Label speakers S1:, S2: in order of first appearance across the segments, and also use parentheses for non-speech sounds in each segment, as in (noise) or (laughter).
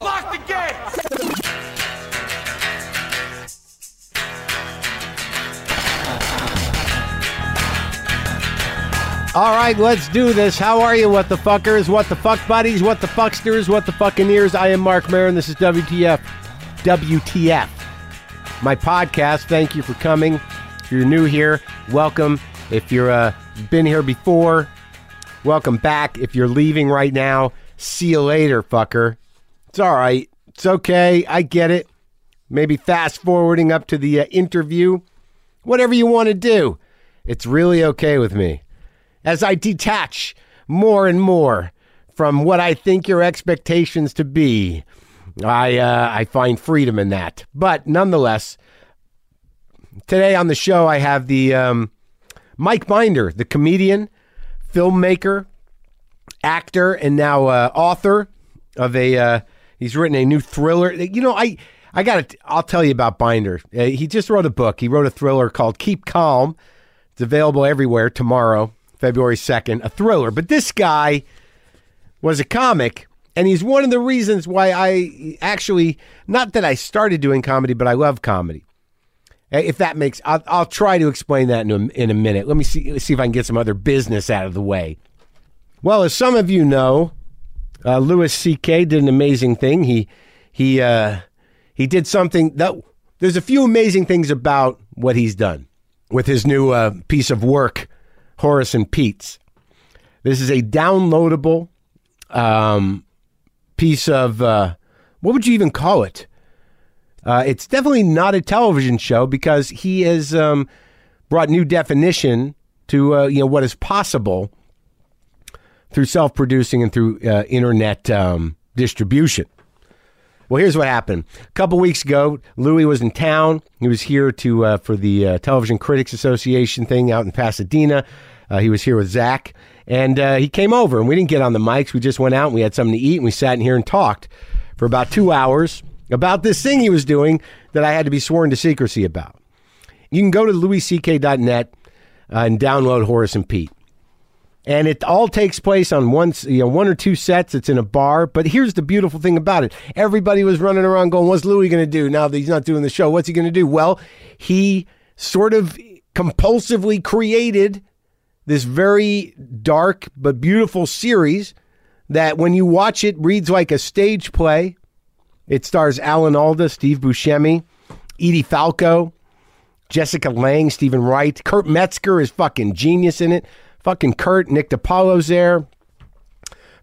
S1: Lock the gate!
S2: All right, let's do this. How are you, what the fuckers, what the fuck buddies, what the fucksters, what the fucking ears? I am Mark Maron. This is WTF. WTF. My podcast. Thank you for coming. If you're new here, welcome. If you're uh, been here before, welcome back. If you're leaving right now, see you later, fucker. It's all right. It's okay. I get it. Maybe fast forwarding up to the uh, interview. Whatever you want to do, it's really okay with me as I detach more and more from what I think your expectations to be. I uh, I find freedom in that, but nonetheless, today on the show I have the um, Mike Binder, the comedian, filmmaker, actor, and now uh, author of a. Uh, he's written a new thriller. You know, I I got to I'll tell you about Binder. Uh, he just wrote a book. He wrote a thriller called Keep Calm. It's available everywhere tomorrow, February second. A thriller, but this guy was a comic. And he's one of the reasons why I actually, not that I started doing comedy, but I love comedy. Uh, If that makes, I'll, I'll try to explain that in a, in a minute. Let me see, see if I can get some other business out of the way. Well, as some of you know, uh, Louis C.K. did an amazing thing. He he uh, he did something that there's a few amazing things about what he's done with his new uh, piece of work, Horace and Pete's. This is a downloadable um, piece of uh, what would you even call it? Uh, it's definitely not a television show because he has um, brought new definition to uh, you know what is possible through self producing and through uh, internet um, distribution. Well, here's what happened. A couple weeks ago, Louis was in town. He was here to uh, for the uh, Television Critics Association thing out in Pasadena. Uh, he was here with Zach, and uh, he came over. and We didn't get on the mics. We just went out and we had something to eat, and we sat in here and talked for about two hours about this thing he was doing that I had to be sworn to secrecy about. You can go to louisck.net uh, and download Horace and Pete and it all takes place on one, you know, one or two sets. It's in a bar, but here's the beautiful thing about it: everybody was running around going, "What's Louis going to do now that he's not doing the show? What's he going to do?" Well, he sort of compulsively created this very dark but beautiful series that, when you watch it, reads like a stage play. It stars Alan Alda, Steve Buscemi, Edie Falco, Jessica Lang, Stephen Wright. Kurt Metzger is fucking genius in it. Fucking Kurt, Nick DiPaolo's there.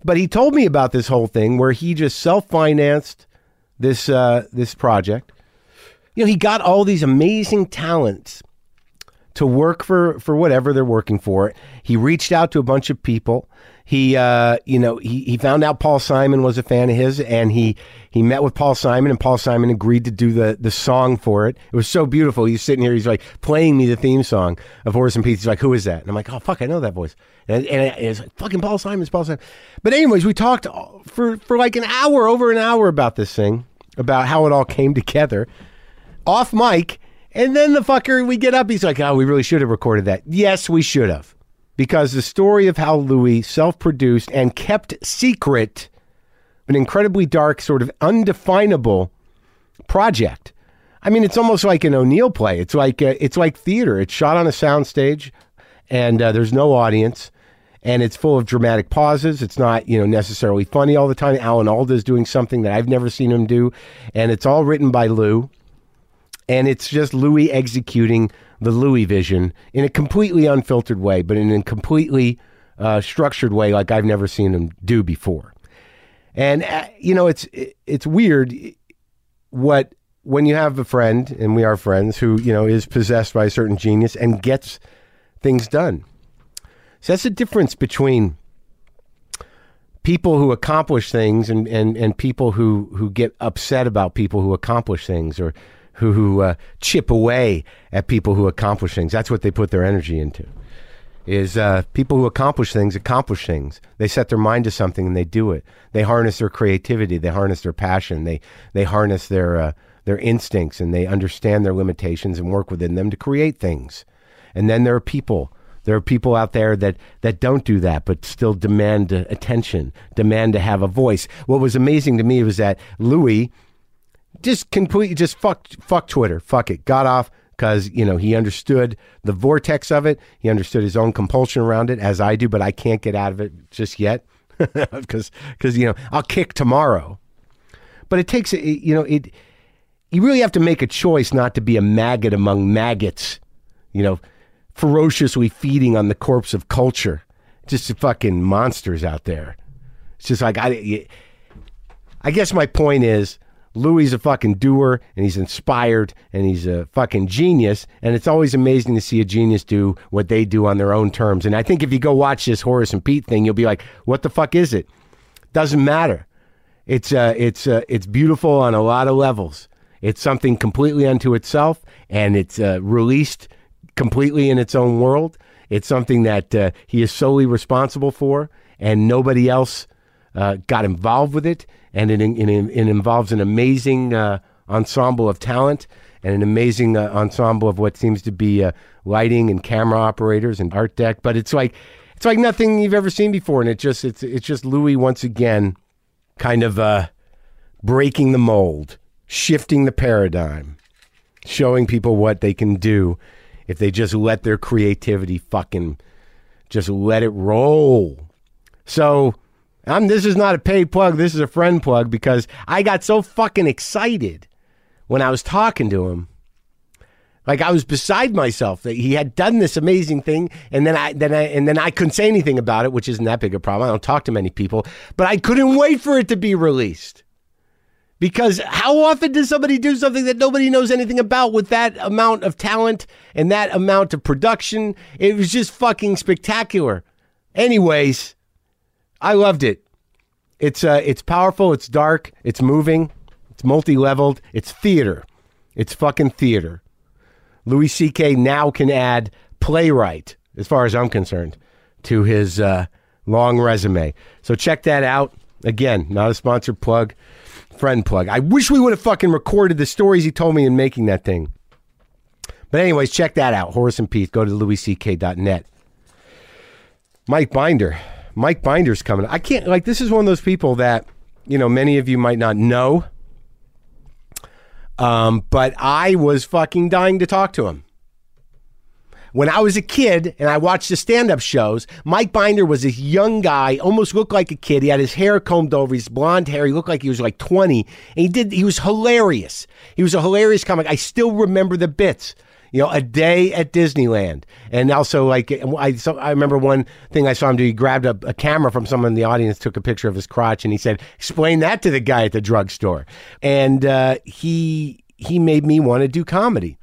S2: But he told me about this whole thing where he just self-financed this uh, this project. You know, he got all these amazing talents to work for for whatever they're working for. He reached out to a bunch of people. He, uh, you know, he, he found out Paul Simon was a fan of his, and he he met with Paul Simon, and Paul Simon agreed to do the the song for it. It was so beautiful. He's sitting here, he's like playing me the theme song of Horace and Pete. He's like, "Who is that?" And I'm like, "Oh fuck, I know that voice." And, and it's like, "Fucking Paul Simon, it's Paul Simon." But anyways, we talked for for like an hour, over an hour about this thing, about how it all came together off mic. And then the fucker, we get up. He's like, oh, we really should have recorded that. Yes, we should have. Because the story of how Louis self produced and kept secret an incredibly dark, sort of undefinable project. I mean, it's almost like an O'Neill play. It's like uh, it's like theater. It's shot on a soundstage, and uh, there's no audience, and it's full of dramatic pauses. It's not you know necessarily funny all the time. Alan Alda is doing something that I've never seen him do, and it's all written by Lou and it's just Louis executing the Louis vision in a completely unfiltered way, but in a completely uh, structured way, like I've never seen him do before. And uh, you know, it's it- it's weird what when you have a friend, and we are friends, who you know is possessed by a certain genius and gets things done. So that's the difference between people who accomplish things and, and, and people who, who get upset about people who accomplish things or who, who uh, chip away at people who accomplish things. That's what they put their energy into is uh, people who accomplish things accomplish things. They set their mind to something and they do it. They harness their creativity. They harness their passion. They they harness their uh, their instincts and they understand their limitations and work within them to create things. And then there are people There are people out there that, that don't do that, but still demand uh, attention, demand to have a voice. What was amazing to me was that Louis just completely just fuck fuck Twitter, fuck it, got off because you know he understood the vortex of it. He understood his own compulsion around it, as I do, but I can't get out of it just yet (laughs) because because you know I'll kick tomorrow. But it takes it, you know it. You really have to make a choice not to be a maggot among maggots, you know, ferociously feeding on the corpse of culture. Just fucking monsters out there. It's just like I. I guess my point is Louis is a fucking doer and he's inspired and he's a fucking genius. And it's always amazing to see a genius do what they do on their own terms. And I think if you go watch this Horace and Pete thing, you'll be like, what the fuck is it? Doesn't matter. It's, uh, it's, uh, it's beautiful on a lot of levels. It's something completely unto itself and it's uh, released completely in its own world. It's something that uh, he is solely responsible for and nobody else uh, got involved with it, and it, it, it involves an amazing uh, ensemble of talent and an amazing uh, ensemble of what seems to be uh, lighting and camera operators and art deck. But it's like it's like nothing you've ever seen before, and it just it's it's just Louis once again, kind of uh, breaking the mold, shifting the paradigm, showing people what they can do if they just let their creativity fucking just let it roll. So I'm this is not a paid plug, this is a friend plug because I got so fucking excited when I was talking to him. Like I was beside myself that he had done this amazing thing and then I then I and then I couldn't say anything about it, which isn't that big a problem. I don't talk to many people, but I couldn't wait for it to be released. Because how often does somebody do something that nobody knows anything about with that amount of talent and that amount of production? It was just fucking spectacular. Anyways, I loved it. It's uh, it's powerful. It's dark. It's moving. It's multi-leveled. It's theater. It's fucking theater. Louis C.K. now can add playwright, as far as I'm concerned, to his uh, long resume. So check that out. Again, not a sponsored plug, friend plug. I wish we would have fucking recorded the stories he told me in making that thing. But anyways, check that out. Horace and Pete. Go to louisck.net. Mike Binder. Mike Binder's coming. I can't like this is one of those people that you know many of you might not know. Um, but I was fucking dying to talk to him. When I was a kid and I watched the stand-up shows, Mike Binder was this young guy, almost looked like a kid. He had his hair combed over, his blonde hair. He looked like he was like 20. And he did he was hilarious. He was a hilarious comic. I still remember the bits you know, a day at Disneyland. And also, like, I, so I remember one thing I saw him do. He grabbed a, a camera from someone in the audience, took a picture of his crotch, and he said, Explain that to the guy at the drugstore. And uh, he, he made me want to do comedy.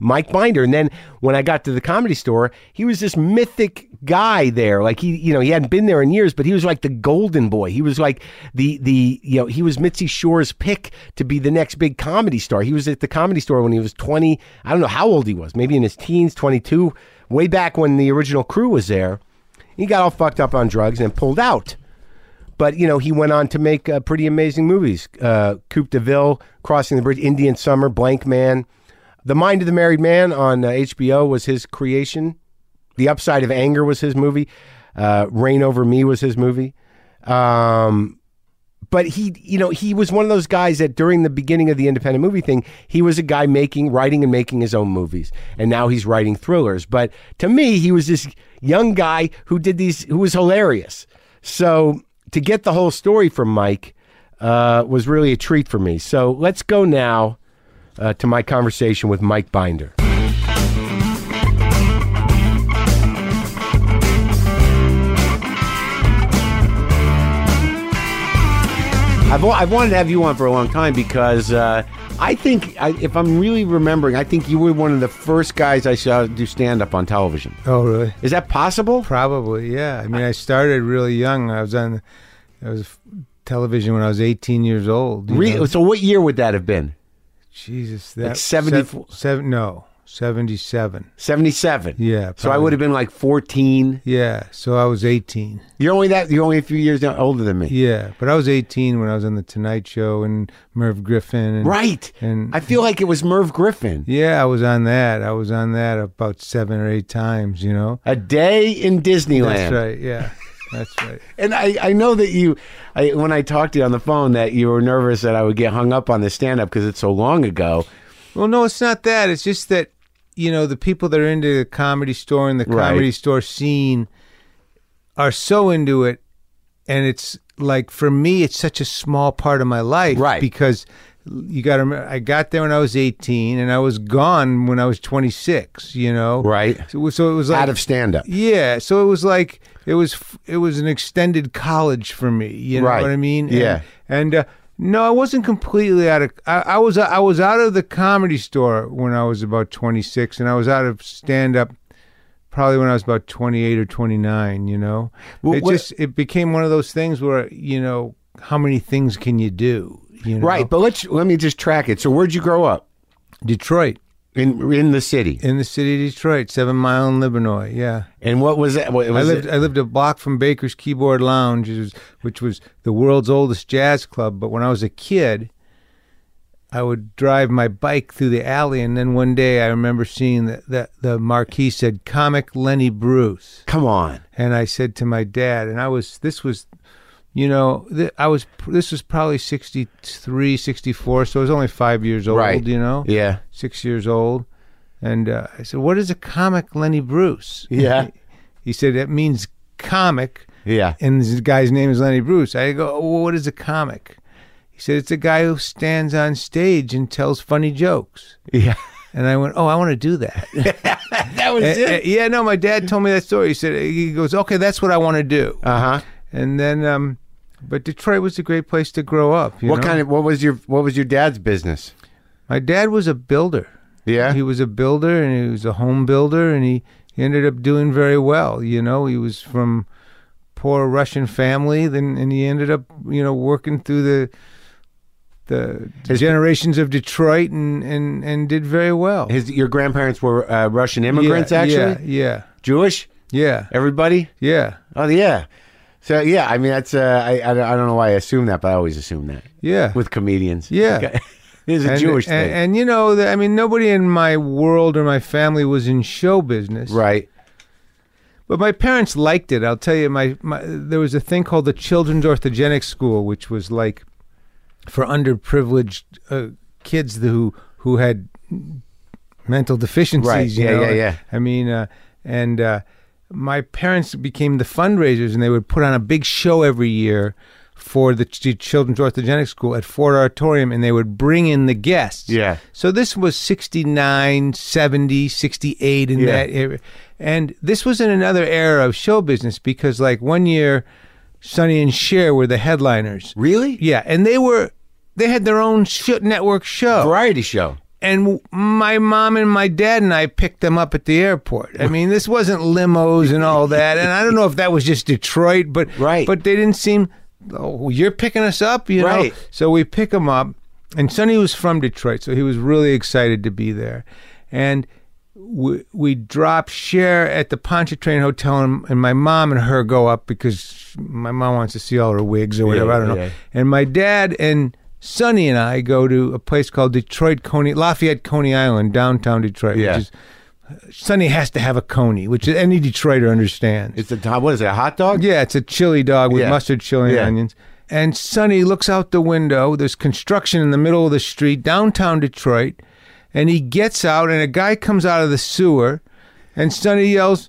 S2: Mike Binder. And then when I got to the comedy store, he was this mythic guy there. Like he, you know, he hadn't been there in years, but he was like the golden boy. He was like the the you know, he was Mitzi Shore's pick to be the next big comedy star. He was at the comedy store when he was 20. I don't know how old he was, maybe in his teens, 22, way back when the original crew was there. He got all fucked up on drugs and pulled out. But you know, he went on to make uh, pretty amazing movies. Uh Coupe de Ville, Crossing the Bridge, Indian Summer, Blank Man, the Mind of the Married Man on uh, HBO was his creation. The Upside of Anger was his movie. Uh, Rain Over Me was his movie. Um, but he, you know, he was one of those guys that during the beginning of the independent movie thing, he was a guy making, writing, and making his own movies, and now he's writing thrillers. But to me, he was this young guy who did these, who was hilarious. So to get the whole story from Mike uh, was really a treat for me. So let's go now uh, to my conversation with Mike Binder.
S3: I've, wa- I've wanted to have you on for a long time because uh, I think, I, if I'm really remembering, I think you were one of the first guys I saw do stand up on television.
S1: Oh, really?
S3: Is that possible?
S1: Probably, yeah. I mean, I started really young. I was on, I was f- television when I was 18 years old. you
S3: Re-
S1: know.
S3: so, what year would that have been?
S1: Jesus, that
S3: Like 74
S1: sev- seven- no, 77.
S2: 77.
S1: Yeah,
S2: So I
S1: probably.
S2: would have been like 14.
S1: Yeah, so I was 18.
S2: You're only that. You're only a few years down, older than me.
S1: Yeah, but I was 18 when I was on the Tonight Show and Merv Griffin. And,
S2: Right.
S1: And
S2: I feel like it was Merv Griffin.
S1: yeah, I was on that. I was on that about seven or eight times. You know.
S2: A day in Disneyland.
S1: That's right. Yeah, that's right.
S2: And I, I know that you, I, when I talked to you on the phone, that you were nervous that I would get hung up on the stand up because it's so long ago.
S1: Well, no, it's not that. It's just that you know the people that are into the comedy store and the
S2: Right.
S1: comedy store scene are so into it, and it's like for me, it's such a small part of my life,
S2: Right.
S1: Because you got to. remember, I got there when I was eighteen, and I was gone when I was twenty six. You know,
S2: Right.
S1: So, so it was like
S2: Out of stand up.
S1: yeah, so it was like it was f- it was an extended college for me. You know
S2: Right.
S1: what I mean? And-
S2: Yeah.
S1: And, uh, no, I wasn't completely out of. I, I was I was out of the comedy store when I was about twenty six, and I was out of stand up probably when I was about twenty eight or twenty nine. You know,
S2: Well,
S1: it
S2: what-
S1: just it became one of those things where you know how many things can you do? You know?
S2: Right. But let's, let me just track it. So, where'd you grow up?
S1: Detroit
S2: In in the city.
S1: in the city of Detroit, Seven Mile and Livernois. Yeah.
S2: And what was that? What,
S1: I
S2: was
S1: lived
S2: it-
S1: I lived a block from Baker's Keyboard Lounge, which was, which was the world's oldest jazz club. But when I was a kid, I would drive my bike through the alley, and then one day I remember seeing that the, the marquee said "Comic Lenny Bruce,"
S2: Come on.
S1: and I said to my dad, and I was this was. You know, th- I was. This was probably 63, 64, so I was only five years old.
S2: Right.
S1: You know,
S2: Yeah.
S1: six years old, and uh, I said, "What is a comic, Lenny Bruce?"
S2: Yeah.
S1: He said, it means comic.
S2: Yeah.
S1: And this guy's name is Lenny Bruce. I go, oh, what is a comic? He said, it's a guy who stands on stage and tells funny jokes.
S2: Yeah. (laughs)
S1: And I went, oh, I want to do that.
S2: That was
S1: Eh, eh,
S2: it.
S1: yeah, no, my dad told me that story. He said, he goes, okay, that's what I want to do.
S2: Uh huh.
S1: And then, um, but Detroit was a great place to grow up. you
S2: What
S1: know?
S2: kind of what was your what was your dad's business?
S1: My dad was a builder.
S2: Yeah.
S1: He was a builder and he was a home builder and he, he ended up doing very well. You know, he was from poor Russian family then and he ended up, you know, working through the the
S2: His-
S1: generations of Detroit and, and, and did very well.
S2: His your grandparents were uh, Russian
S1: Yeah,
S2: immigrants, actually
S1: Yeah.
S2: Jewish.
S1: Yeah.
S2: Everybody.
S1: Yeah.
S2: Oh yeah. So yeah, I mean that's uh, I, I don't- I don't know why I assume that, but I always assume that
S1: Yeah.
S2: with
S1: (laughs)
S2: comedians.
S1: Yeah.
S2: (laughs) it's a
S1: and,
S2: Jewish
S1: and,
S2: thing,
S1: and, you know, the, I mean, nobody in my world or my family was in show business.
S2: right?
S1: But my parents liked it. I'll tell you, my, my there was a thing called the Children's Orthogenic School, which was like for underprivileged uh, kids who who had mental deficiencies.
S2: Right.
S1: you
S2: Yeah,
S1: know?
S2: yeah, yeah.
S1: I mean, uh, and uh, my parents became the fundraisers, and they would put on a big show every year for the Ch- Children's Orthogenic School at Ford Auditorium, and they would bring in the guests.
S2: Yeah.
S1: So this was 69, 70, 68 in
S2: Yeah.
S1: that era. And this was in another era of show business because like one year Sonny and Cher were the headliners.
S2: Really?
S1: Yeah, and they were they had their own sh- network show.
S2: Variety show.
S1: And w- my mom and my dad and I picked them up at the airport. I mean, this wasn't limos and all that. And I don't know if that was just Detroit, but
S2: Right.
S1: but they didn't seem oh, you're picking us up, you know.
S2: Right.
S1: So we pick him up, and Sonny was from Detroit, so he was really excited to be there. And we, we drop Cher at the Pontchartrain Hotel, and, and my mom and her go up because my mom wants to see all her wigs or whatever. I don't know.
S2: yeah.
S1: And my dad and Sonny and I go to a place called Detroit Coney, Lafayette Coney Island, downtown Detroit.
S2: Yeah.
S1: Which is, uh, Sonny has to have a coney, which any Detroiter understands.
S2: It's a what is it? A hot dog?
S1: Yeah, it's a chili dog with
S2: Yeah.
S1: mustard, chili,
S2: Yeah.
S1: and onions. And Sonny looks out the window. There's construction in the middle of the street, downtown Detroit. And he gets out, and a guy comes out of the sewer, and Sonny yells,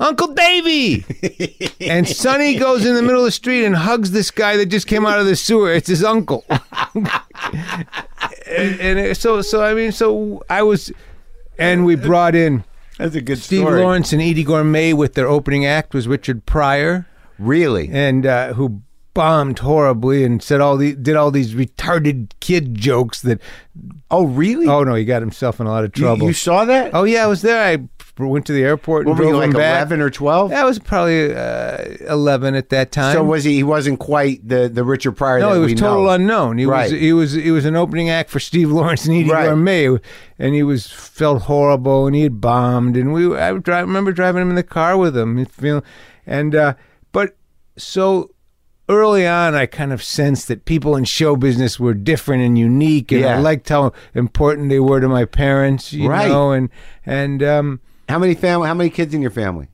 S1: Uncle
S2: (laughs)
S1: Davy! and Sonny goes in the middle of the street and hugs this guy that just came out of the sewer. It's his
S2: (laughs)
S1: uncle. and, and it- so, so I mean, so I was, and we brought in
S2: That's a good
S1: Steve Lawrence and Edie Gourmet with their opening act was Richard Pryor
S2: Really?
S1: and uh, who bombed horribly and said all the did all these retarded kid jokes that
S2: Oh, really?
S1: oh no he got himself in a lot of
S2: you,
S1: trouble
S2: you saw that?
S1: oh yeah I was there I went to the airport
S2: What
S1: and
S2: were
S1: drove
S2: you, like
S1: him back.
S2: eleven or twelve?
S1: That was probably uh, eleven at that time.
S2: So was he? He wasn't quite the the Richard Pryor.
S1: no,
S2: that
S1: he was
S2: we
S1: total
S2: know.
S1: unknown. He
S2: Right.
S1: was he was he was an opening act for Steve Lawrence and Edie
S2: Right.
S1: Gourmet, and he was felt horrible, and he had bombed, and we I would dri- remember driving him in the car with him, and feeling, and uh, but so early on, I kind of sensed that people in show business were different and unique, and
S2: Yeah.
S1: I liked how important they were to my parents, you
S2: Right.
S1: know, and and um,
S2: How many family? How many kids in your family?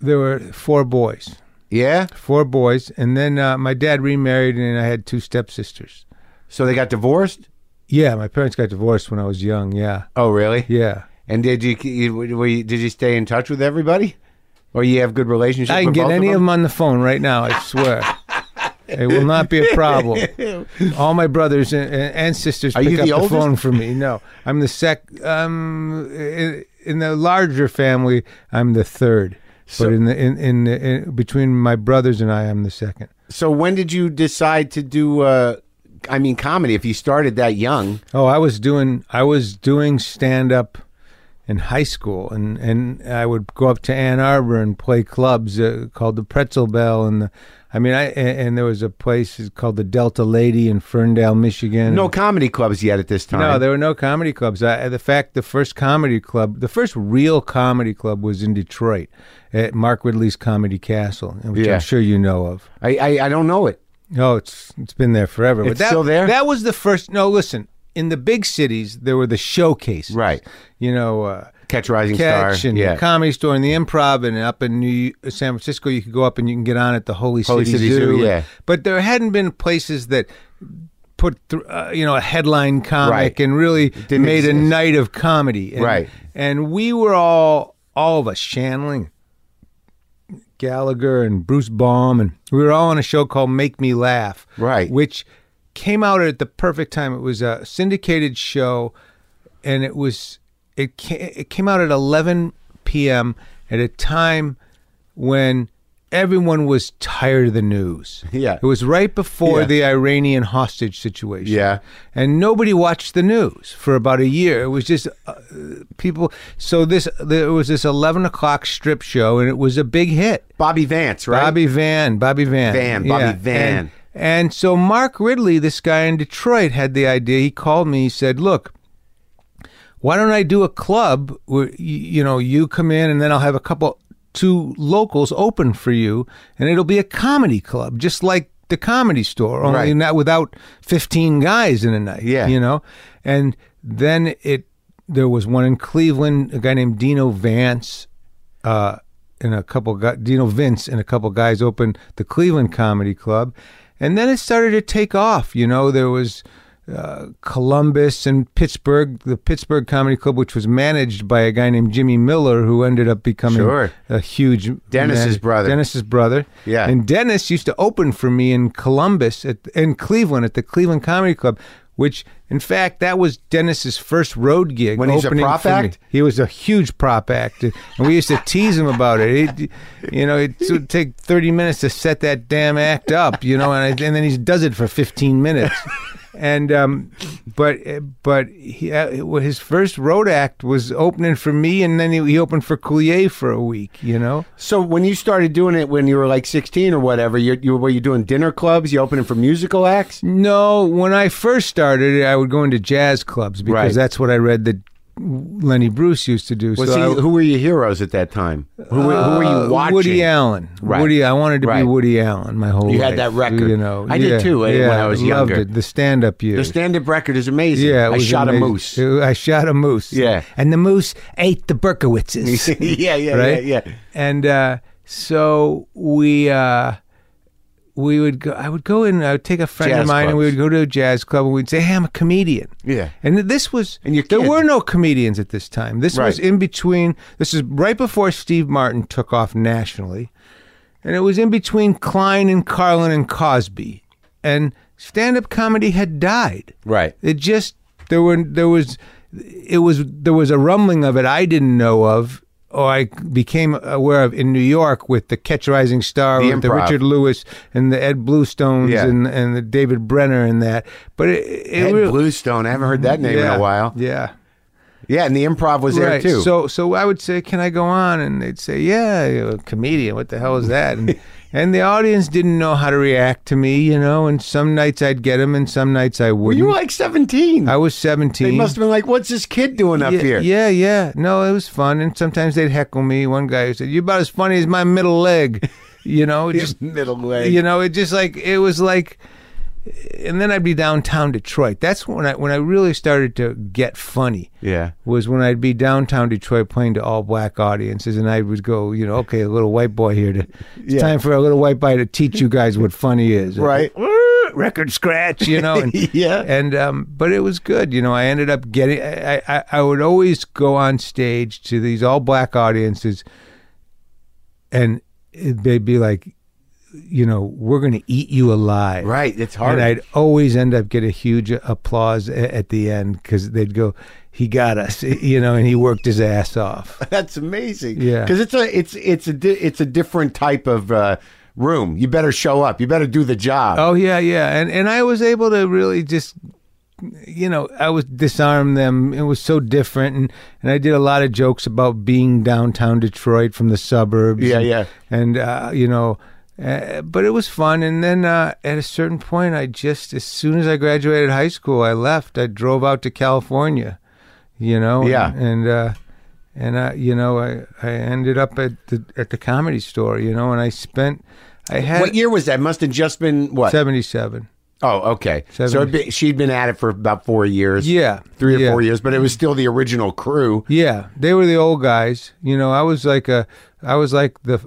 S1: there were four boys,
S2: Yeah.
S1: four boys, and then uh, my dad remarried, and I had two stepsisters.
S2: So they got divorced.
S1: Yeah, my parents got divorced when I was young. Yeah,
S2: Oh, really?
S1: yeah.
S2: And did you, you, were you did you stay in touch with everybody, or you have good relationships?
S1: I can
S2: with
S1: get
S2: both
S1: any of
S2: them?
S1: them on the phone right now. I swear, it will not be a problem.
S2: (laughs)
S1: All my brothers and, and sisters
S2: Are
S1: pick
S2: you
S1: up
S2: the oldest?
S1: phone for me. No, I'm the sec. Um, in, in the larger family, I'm the third. but in the in, in the in between my brothers and I, I'm the second.
S2: So when did you decide to do? Uh, I mean, comedy. If you started that young,
S1: Oh, I was doing I was doing stand up in high school, and and I would go up to Ann Arbor and play clubs uh, called the Pretzel Bell, and the, I mean I a- and, there was a place called the Delta Lady in Ferndale, Michigan.
S2: no comedy clubs yet at this time.
S1: Mm. No, there were no comedy clubs. I, the fact the first comedy club, the first real comedy club, was in Detroit at Mark Ridley's Comedy Castle, which
S2: Yeah.
S1: I'm sure you know of.
S2: I, I I don't know it.
S1: Oh, it's it's been there forever.
S2: It's still there?
S1: That was the first. No, listen. In the big cities, there were the showcases,
S2: Right.
S1: You know, uh,
S2: Catch Rising
S1: Catch
S2: Star.
S1: and
S2: yeah.
S1: the Comedy Store and the Improv, and up in New uh, San Francisco, you could go up and you can get on at the Holy,
S2: Holy
S1: City,
S2: City Zoo,
S1: And-
S2: yeah.
S1: But there hadn't been places that put thr uh, you know a headline comic
S2: Right.
S1: and really
S2: didn't
S1: made a
S2: exist.
S1: night of comedy, and,
S2: Right.
S1: And we were all all of us Shanling. Gallagher and Bruce Baum, and we were all on a show called Make Me Laugh,
S2: Right.
S1: Which came out at the perfect time. It was a syndicated show, and it was it came, it came out at 11 p.m. at a time when everyone was tired of the news.
S2: (laughs) Yeah.
S1: it was right before
S2: Yeah.
S1: the Iranian hostage situation.
S2: Yeah.
S1: and nobody watched the news for about a year. It was just uh, people. So this there was this 11 o'clock strip show, and it was a big hit.
S2: Bobby Vance, right?
S1: Bobby Van, Bobby Van,
S2: Van, Bobby Van.
S1: And, and so Mark Ridley, this guy in Detroit, had the idea. He called me. He said, "Look, why don't I do a club where y- you know you come in, and then I'll have a couple two locals open for you, and it'll be a comedy club, just like the Comedy Store, only
S2: Right.
S1: not without fifteen guys in a night.
S2: Yeah.
S1: you know." And then it there was one in Cleveland, a guy named Dino Vance uh, and a couple guys, Dino Vince and a couple guys opened the Cleveland Comedy Club, and then it started to take off. You know, there was uh, Columbus and Pittsburgh, the Pittsburgh Comedy Club, which was managed by a guy named Jimmy Miller, who ended up becoming
S2: Sure.
S1: a huge
S2: Dennis's
S1: man-
S2: brother.
S1: Dennis's brother,
S2: Yeah.
S1: and Dennis used to open for me in Columbus at in Cleveland at the Cleveland Comedy Club. Which, in fact, that was Dennis's first road gig.
S2: When he was a
S1: opening
S2: prop
S1: for me.
S2: act?
S1: He was a huge prop act, and we used to tease him about it. It, you know, it would take thirty minutes to set that damn act up, you know, and, I, and then he does it for fifteen minutes. And um, but but he, uh, his first road act was opening for me, and then he, he opened for Coulier for a week, you know.
S2: So when you started doing it when you were like 16 or whatever, you, you were you doing dinner clubs? You opening for musical acts?
S1: No, when I first started, I would go into jazz clubs because
S2: Right.
S1: that's what I read that Lenny Bruce used to do.
S2: Was
S1: I-
S2: he, who were your heroes at that time? Who, were who were you
S1: Uh,
S2: watching?
S1: Woody Allen.
S2: Right.
S1: Woody. I wanted to
S2: Right.
S1: be Woody Allen my whole.
S2: You
S1: life,
S2: had that record.
S1: You know.
S2: I did
S1: Yeah,
S2: too, eh, when
S1: yeah,
S2: I was
S1: loved
S2: younger.
S1: It. The stand-up years.
S2: The stand-up record is amazing.
S1: yeah, it
S2: I
S1: was
S2: shot a
S1: amazing.
S2: moose. (laughs)
S1: It- I shot a moose.
S2: Yeah.
S1: and the moose ate the
S2: (laughs)
S1: Berkowitzes.
S2: yeah, yeah,
S1: right?
S2: yeah, yeah.
S1: And uh, so we uh, we would go. I would go in. I would take a friend
S2: Jazz
S1: of mine, and we
S2: clubs.
S1: would go to a jazz club, and we'd say, "Hey, I'm a comedian."
S2: Yeah.
S1: And this was
S2: And you're
S1: there
S2: kids.
S1: were no comedians at this time. This was
S2: Right.
S1: in between. This is right before Steve Martin took off nationally, and it was in between Klein and Carlin and Cosby, and stand-up comedy had died.
S2: Right.
S1: It just there were there was it was there was a rumbling of it I didn't know of or I became aware of in New York with the Catch a Rising Star
S2: The
S1: with the
S2: improv.
S1: Richard Lewis and the Ed Bluestones
S2: Yeah.
S1: and and the David Bluestones and David Brenner and that. But it, it
S2: Ed
S1: really-
S2: Bluestone. I haven't heard that name
S1: yeah,
S2: in a while.
S1: Yeah.
S2: Yeah, and the improv was there
S1: right.
S2: too.
S1: So so I would say, "Can I go on?" And they'd say, "Yeah, you're a comedian. What the hell is that?"
S2: (laughs)
S1: And, and the audience didn't know how to react to me, you know. And some nights I'd get them, and some nights I
S2: you
S1: wouldn't.
S2: were like 17.
S1: I was seventeen.
S2: they must have been like, what's this kid doing up
S1: yeah,
S2: here? (laughs)
S1: Yeah, yeah. No, it was fun. And sometimes they'd heckle me. One guy said, "You're about as funny as my middle leg," (laughs) you know. Just
S2: middle leg.
S1: you know, it just like it was like. And then I'd be downtown Detroit. That's when I when I really started to get funny
S2: Yeah.
S1: was when I'd be downtown Detroit playing to all black audiences, and I would go, you know, okay, a little white boy here. To, it's
S2: Yeah.
S1: time for a little white boy to teach you guys what funny is,
S2: (laughs)
S1: Uh,
S2: Right.
S1: Record scratch, you know, and
S2: (laughs) Yeah.
S1: and um, but it was good, you know. I ended up getting. I, I I would always go on stage to these all black audiences, and it- they'd be like, you know, we're going to eat you alive,
S2: Right. It's hard.
S1: and I'd always end up get a huge applause a- at the end because they'd go, "He got us," (laughs) you know, and he worked his ass off.
S2: (laughs) That's amazing.
S1: Yeah.
S2: Because it's a it's it's a di- it's a different type of uh, room. You better show up. You better do the job.
S1: Oh yeah, yeah, and and I was able to really just, you know, I was disarm them. It was so different, and and I did a lot of jokes about being downtown Detroit from the suburbs.
S2: Yeah,
S1: and,
S2: yeah.
S1: and uh, you know. Uh, but it was fun, and then uh, at a certain point, I just as soon as I graduated high school, I left. I drove out to California, you know.
S2: Yeah.
S1: and uh, and I, you know, I, I ended up at the at the comedy store, you know, and I spent, I had
S2: What year was that? Must have just been what?
S1: seventy seven.
S2: Oh, okay. So it'd be, she'd been at it for about four years.
S1: Yeah,
S2: Three or
S1: yeah.
S2: four years, but it was still the original crew.
S1: Yeah, they were the old guys. You know, I was like a, I was like the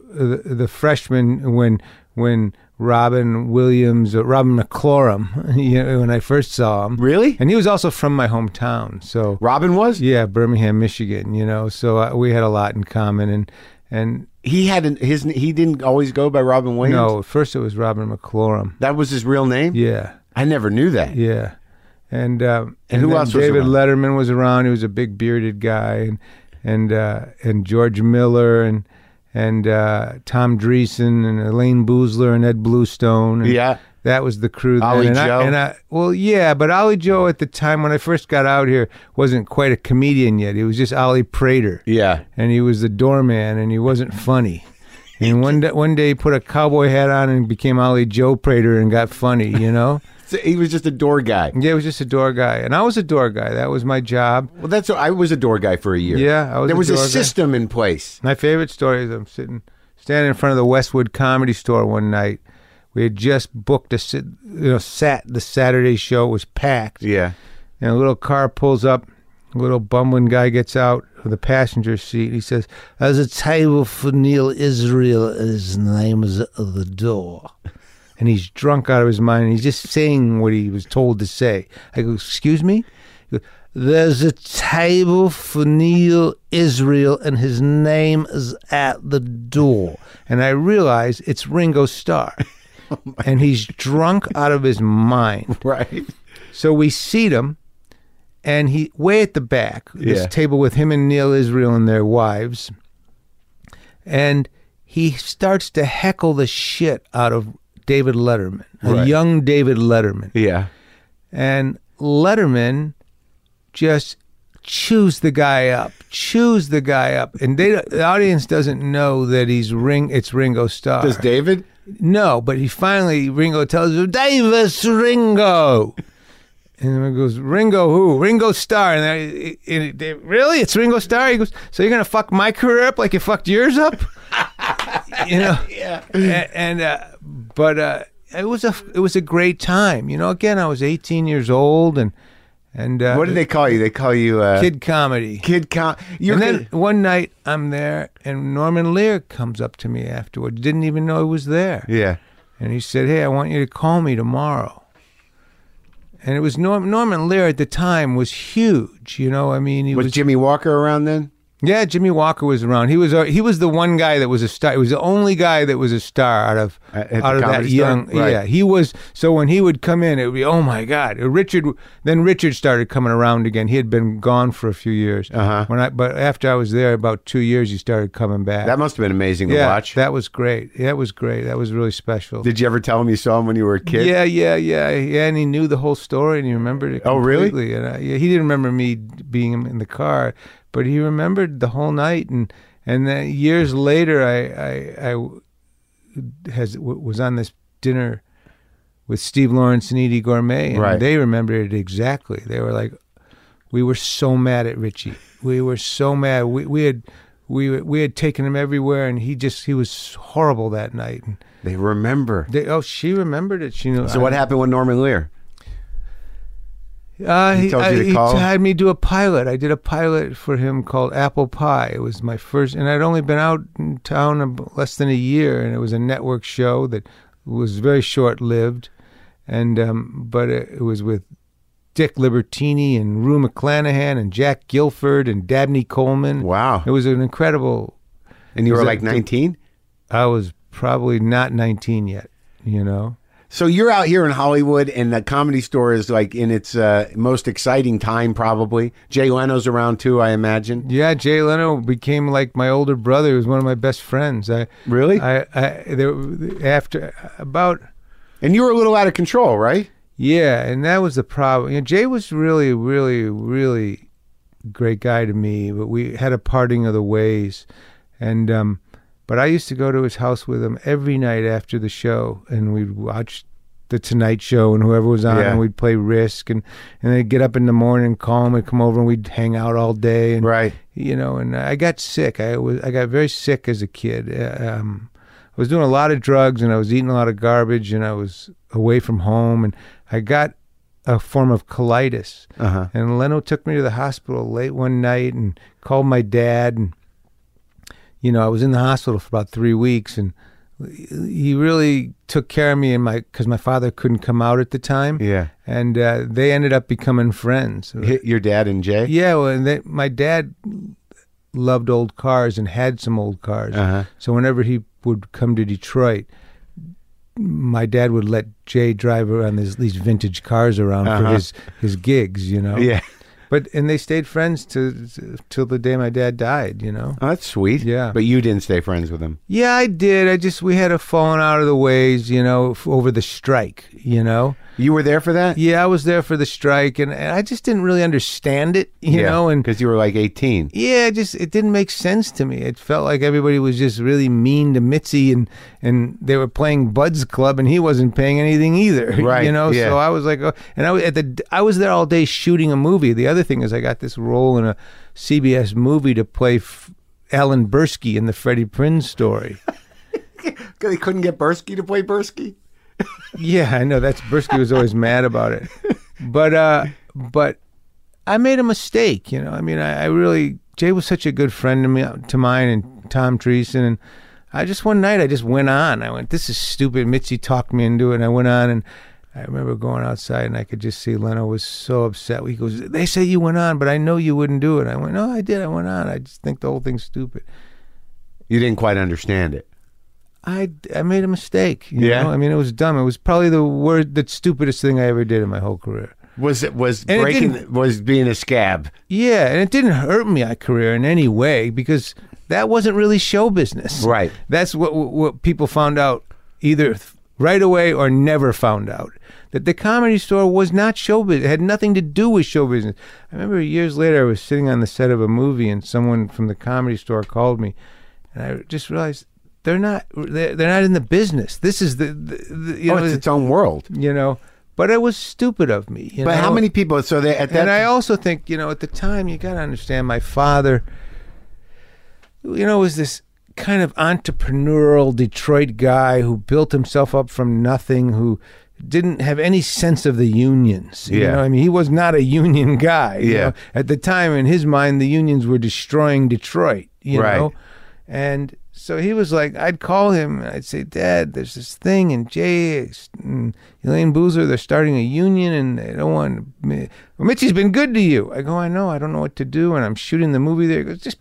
S1: the, the freshman when when Robin Williams, or Robin McClorum, (laughs) you know, when I first saw him.
S2: Really?
S1: And he was also from my hometown, so
S2: Robin was?
S1: yeah, Birmingham, Michigan. You know, so uh, we had a lot in common, and and
S2: He hadn't his he didn't always go by Robin Williams.
S1: no, at first it was Robin McClorum.
S2: That was his real name?
S1: Yeah.
S2: I never knew that.
S1: Yeah, and um,
S2: And who
S1: then
S2: else was
S1: David
S2: around?
S1: Letterman was around. He was a big bearded guy, and and uh, and George Miller and and uh, Tom Dreesen and Elaine Boozler and Ed Bluestone. And
S2: Yeah.
S1: that was the crew. then.
S2: Ollie
S1: and
S2: Joe?
S1: I, and I, well, yeah, but Ollie Joe at the time when I first got out here wasn't quite a comedian yet. He was just Ollie Prater
S2: Yeah.
S1: and he was the doorman, and he wasn't funny. And one day, one day he put a cowboy hat on and became Ollie Joe Prater and got funny, you know.
S2: So he was just a door guy.
S1: Yeah, it was just a door guy, and I was a door guy. That was my job.
S2: Well, that's I was a door guy for a year.
S1: Yeah, I was
S2: there
S1: a
S2: was a
S1: door guy.
S2: system in place.
S1: My favorite story is I'm sitting, standing in front of the Westwood Comedy Store one night. We had just booked a, sit- you know, sat the Saturday show was packed.
S2: Yeah.
S1: And a little car pulls up. A little bumbling guy gets out of the passenger seat. and He says, There's a table for Neil Israel, and his name is at the door. And he's drunk out of his mind. And he's just saying what he was told to say. I go, Excuse me? He goes, There's a table for Neil Israel, and his name is at the door. And I realize it's Ringo Starr. and he's drunk out of his mind.
S2: Right.
S1: So we seat him, and he way at the back. This
S2: Yeah.
S1: table with him and Neil Israel and their wives, and he starts to heckle the shit out of David Letterman, a
S2: Right.
S1: young David Letterman,
S2: Yeah.
S1: and Letterman just chews the guy up, chews the guy up, and they the audience doesn't know that he's ring. It's Ringo Starr.
S2: Does David?
S1: No, but he finally Ringo tells him, Davis Ringo. And he goes, Ringo who? Ringo Starr. And, I, and they, really, it's Ringo Starr. He goes, so you're gonna fuck my career up like you fucked yours up? (laughs) you know. Yeah. And, uh, but uh, it was a it was a great time. You know, again, I was 18 years old, and and uh,
S2: What do they call you? They call you uh,
S1: kid comedy?
S2: Kid Con. You're
S1: and then
S2: kid-
S1: one night I'm there, and Norman Lear comes up to me afterward. Didn't even know he was there
S2: yeah.
S1: and he said, "Hey, I want you to call me tomorrow." And it was Norm- Norman Lear at the time was huge, you know. I mean, he
S2: Was
S1: was
S2: Jimmy Walker around then?
S1: Yeah, Jimmy Walker was around. He was uh, he was the one guy that was a star. He was the only guy that was a star out of
S2: At- at
S1: out
S2: the
S1: of that
S2: Comedy Store?
S1: young.
S2: Right.
S1: Yeah, he was. So when he would come in, it would be oh my god. Richard then Richard started coming around again. He had been gone for a few years.
S2: Uh-huh.
S1: When I but after I was there about two years, he started coming back.
S2: That must have been amazing to
S1: yeah,
S2: watch.
S1: that was great. That was great. That was really special.
S2: Did you ever tell him you saw him when you were a kid?
S1: Yeah, yeah, yeah, yeah. And he knew the whole story, and he remembered it.
S2: Oh, really?
S1: completely. And I, yeah, he didn't remember me being in the car, but he remembered the whole night. And and then years later, I I, I has w- was on this dinner with Steve Lawrence and Edie Gourmet, and
S2: Right.
S1: they remembered it exactly. They were like, we were so mad at Richie. We were so mad. We we had. We, we had taken him everywhere, and he just he was horrible that night. And
S2: They remember.
S1: they, oh, she remembered it. She knew.
S2: So what happened with Norman Lear?
S1: Uh, he,
S2: told you
S1: I-
S2: to
S1: he
S2: call?
S1: had me do a pilot. I did a pilot for him called Apple Pie. It was my first, and I'd only been out in town ab- less than a year, and it was a network show that was very short lived, and um, but it, it was with Dick Libertini and Rue McClanahan and Jack Guilford and Dabney Coleman.
S2: Wow.
S1: It was an incredible.
S2: And you
S1: Was
S2: were
S1: it
S2: like
S1: the-
S2: 19?
S1: I was probably not nineteen yet, you know.
S2: So you're out here in Hollywood, and the comedy store is like in its uh, most exciting time, probably. Jay Leno's around too, I imagine.
S1: Yeah, Jay Leno became like my older brother. He was one of my best friends. I
S2: Really?
S1: I, I there, after about
S2: And you were a little out of control, right?
S1: yeah, and that was the problem. You know, Jay was really, really, really great guy to me, but we had a parting of the ways, and um, but I used to go to his house with him every night after the show, and we'd watch the Tonight Show and whoever was on,
S2: Yeah.
S1: and we'd play Risk, and and they'd get up in the morning, call him, and come over, and we'd hang out all day, and
S2: Right.
S1: you know, and I got sick. I was I got very sick as a kid. Uh, Um, I was doing a lot of drugs and I was eating a lot of garbage and I was away from home and I got a form of colitis.
S2: Uh-huh.
S1: And Leno took me to the hospital late one night and called my dad and you know I was in the hospital for about three weeks and he really took care of me and my because my father couldn't come out at the time.
S2: Yeah.
S1: And uh, they ended up becoming friends.
S2: Hit your dad and Jay?
S1: Yeah, well, and that, my dad loved old cars and had some old cars.
S2: Uh-huh.
S1: So whenever he would come to Detroit, my dad would let Jay drive around this, these vintage cars around for
S2: Uh-huh.
S1: his his gigs, you know.
S2: Yeah.
S1: But and they stayed friends to till the day my dad died, you know.
S2: Oh, that's sweet.
S1: Yeah.
S2: But you didn't stay friends with him.
S1: Yeah, I did. I just we had a falling out of the ways, you know, f- over the strike, you know.
S2: You were there for that?
S1: Yeah, I was there for the strike, and, and I just didn't really understand it, you know. And
S2: Because you were like 18.
S1: Yeah, it just it didn't make sense to me. It felt like everybody was just really mean to Mitzi, and and they were playing Bud's Club, and he wasn't paying anything either. (laughs)
S2: Right,
S1: You know.
S2: yeah.
S1: So I was like, oh, and I was at the I was there all day shooting a movie. The other thing is, I got this role in a CBS movie to play f- Alan Bursky in the Freddie Prinze story.
S2: Because they couldn't get Bursky to play Bursky?
S1: Yeah, I know. That's Brisky was always mad about it, but uh, but I made a mistake. You know, I mean, I, I really Jay was such a good friend to me, to mine, and Tom Treason, and I just one night I just went on. I went, this is stupid. Mitzi talked me into it, and I went on, and I remember going outside, and I could just see Leno was so upset. He goes, they say you went on, but I know you wouldn't do it. I went, no, I did. I went on. I just think the whole thing's stupid.
S2: You didn't quite understand it.
S1: I, I made a mistake. You
S2: Yeah.
S1: Know? I mean, it was dumb. It was probably the word, the stupidest thing I ever did in my whole career.
S2: Was it was
S1: And it
S2: breaking
S1: didn't-
S2: was being a scab.
S1: Yeah, and it didn't hurt me my career in any way because that wasn't really show business.
S2: Right.
S1: That's what what people found out either th- right away or never found out that the comedy store was not show business. It had nothing to do with show business. I remember years later I was sitting on the set of a movie and someone from the comedy store called me and I just realized they're not they're, they're not in the business. This is the, the, the you
S2: oh,
S1: know
S2: it's its own world.
S1: you know but it was stupid of me. you
S2: But how
S1: know?
S2: many people so they at that
S1: and I also think, you know, at the time, you got to understand my father, you know, was this kind of entrepreneurial Detroit guy who built himself up from nothing, who didn't have any sense of the unions. You
S2: Yeah.
S1: know, I mean, he was not a union guy. you
S2: Yeah.
S1: know. At the time, in his mind, the unions were destroying Detroit, you
S2: Right.
S1: know? And so he was like, I'd call him and I'd say, Dad, there's this thing, and Jay and Elaine Boozer, they're starting a union, and they don't want me. Well, Mitchie's been good to you. I go, I know, I don't know what to do, and I'm shooting the movie there. He goes, Just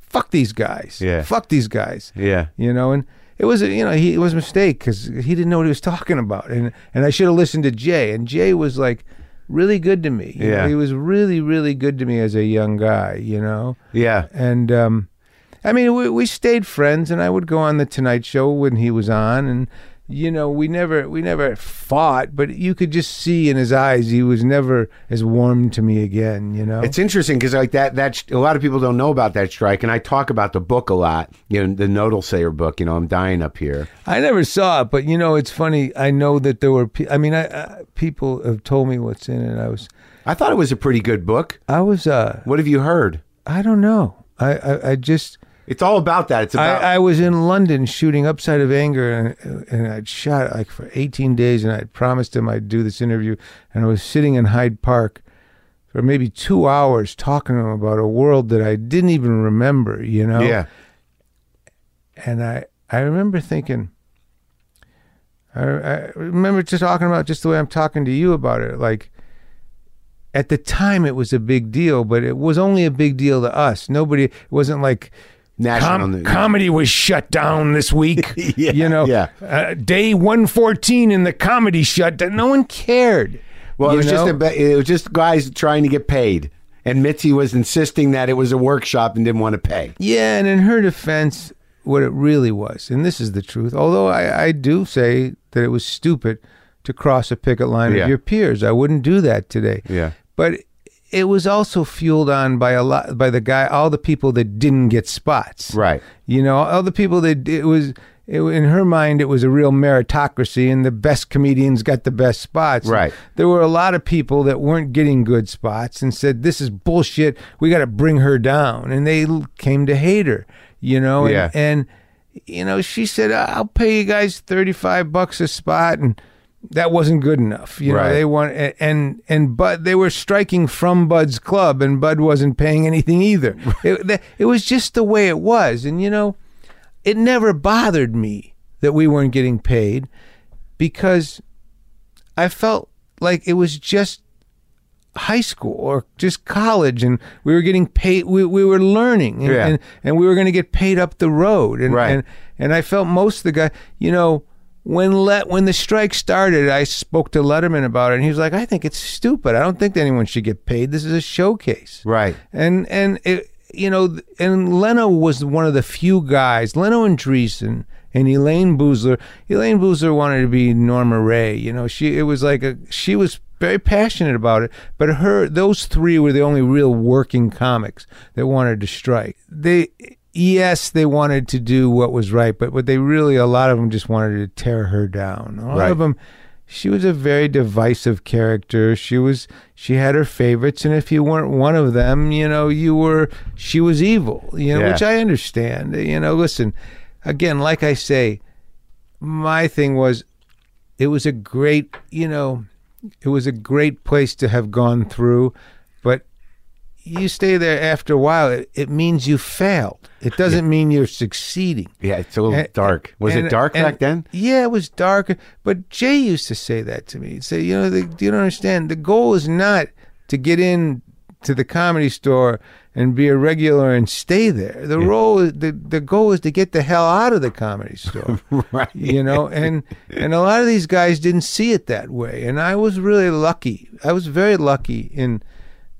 S1: fuck these guys.
S2: Yeah.
S1: Fuck these guys.
S2: Yeah.
S1: You know, and it was, a- you know, he, it was a mistake because he didn't know what he was talking about. And, and I should have listened to Jay. And Jay was like really good to me. You know,
S2: Yeah.
S1: he was really, really good to me as a young guy, you know?
S2: Yeah.
S1: and um, I mean, we, we stayed friends, and I would go on the Tonight Show when he was on, and you know, we never we never fought, but you could just see in his eyes he was never as warm to me again. You know,
S2: It's interesting because like that that sh- a lot of people don't know about that strike, and I talk about the book a lot. You know, the Nodal Sayer book. You know, I'm dying up here.
S1: I never saw it, but you know, it's funny. I know that there were. Pe- I mean, I, I people have told me what's in it. I was
S2: I thought it was a pretty good book.
S1: I was uh
S2: What have you heard?
S1: I don't know. I I, I just.
S2: It's all about that. It's about
S1: I, I was in London shooting Upside of Anger, and, and I'd shot like for 18 days, and I'd promised him I'd do this interview, and I was sitting in Hyde Park for maybe two hours talking to him about a world that I didn't even remember, you know?
S2: yeah,
S1: And I, I remember thinking, I, I remember just talking about just the way I'm talking to you about it. Like, at the time, it was a big deal, but it was only a big deal to us. Nobody, it wasn't like,
S2: national
S1: Com-
S2: news.
S1: comedy was shut down this week.
S2: (laughs) Yeah,
S1: you know,
S2: yeah.
S1: uh, day one fourteen in the comedy shut down. No one cared.
S2: well, it
S1: you
S2: was just
S1: know?
S2: a, ba- it was just guys trying to get paid, and Mitzi was insisting that it was a workshop and didn't want to pay.
S1: yeah. And in her defense, what it really was, and this is the truth. Although I, I do say that it was stupid to cross a picket line
S2: Yeah.
S1: of your peers. I wouldn't do that today.
S2: Yeah.
S1: but. It was also fueled on by a lot by the guy, all the people that didn't get spots.
S2: Right.
S1: You know, all the people that it was it, in her mind, it was a real meritocracy, and the best comedians got the best spots.
S2: Right.
S1: There were a lot of people that weren't getting good spots and said, "This is bullshit. We got to bring her down," and they l- came to hate her. You know. And,
S2: Yeah.
S1: and you know, she said, "I- "I'll pay you guys thirty-five bucks a spot," and that wasn't good enough. You
S2: Right.
S1: know, they want a- and and Bud they were striking from Bud's club, and Bud wasn't paying anything
S2: (laughs)
S1: either. it, that- it was just the way it was, and you know, it never bothered me that we weren't getting paid because I felt like it was just high school or just college and we were getting paid we, we were learning and,
S2: Yeah.
S1: and, and we were going to get paid up the road and,
S2: Right.
S1: and and I felt most of the guy you know when let when the strike started I spoke to Letterman about it and he was like I think it's stupid I don't think anyone should get paid this is a showcase
S2: Right.
S1: and and it, you know th- and Leno was one of the few guys Leno and Dreesen and Elaine Boozler Elaine Boozler wanted to be Norma Ray you know she it was like a she was very passionate about it but her those three were the only real working comics that wanted to strike they yes they wanted to do what was right but what they really a lot of them just wanted to tear her down a lot
S2: Right.
S1: of them she was a very divisive character. She was she had her favorites, and if you weren't one of them, you know, you were she was evil. You know,
S2: Yeah.
S1: which I understand. You know, listen, again, like I say, my thing was it was a great you know it was a great place to have gone through, but you stay there after a while, it, it means you failed. It doesn't mean you're succeeding.
S2: Yeah, it's a little
S1: And-
S2: dark. Was
S1: and-
S2: it dark
S1: and-
S2: back then?
S1: Yeah, it was dark. But Jay used to say that to me. He'd say, you know, the, you don't understand. The goal is not to get in to the comedy store and be a regular and stay there. The role, is- the the goal is to get the hell out of the comedy store.
S2: (laughs) Right.
S1: You know, and and a lot of these guys didn't see it that way. And I was really lucky. I was very lucky in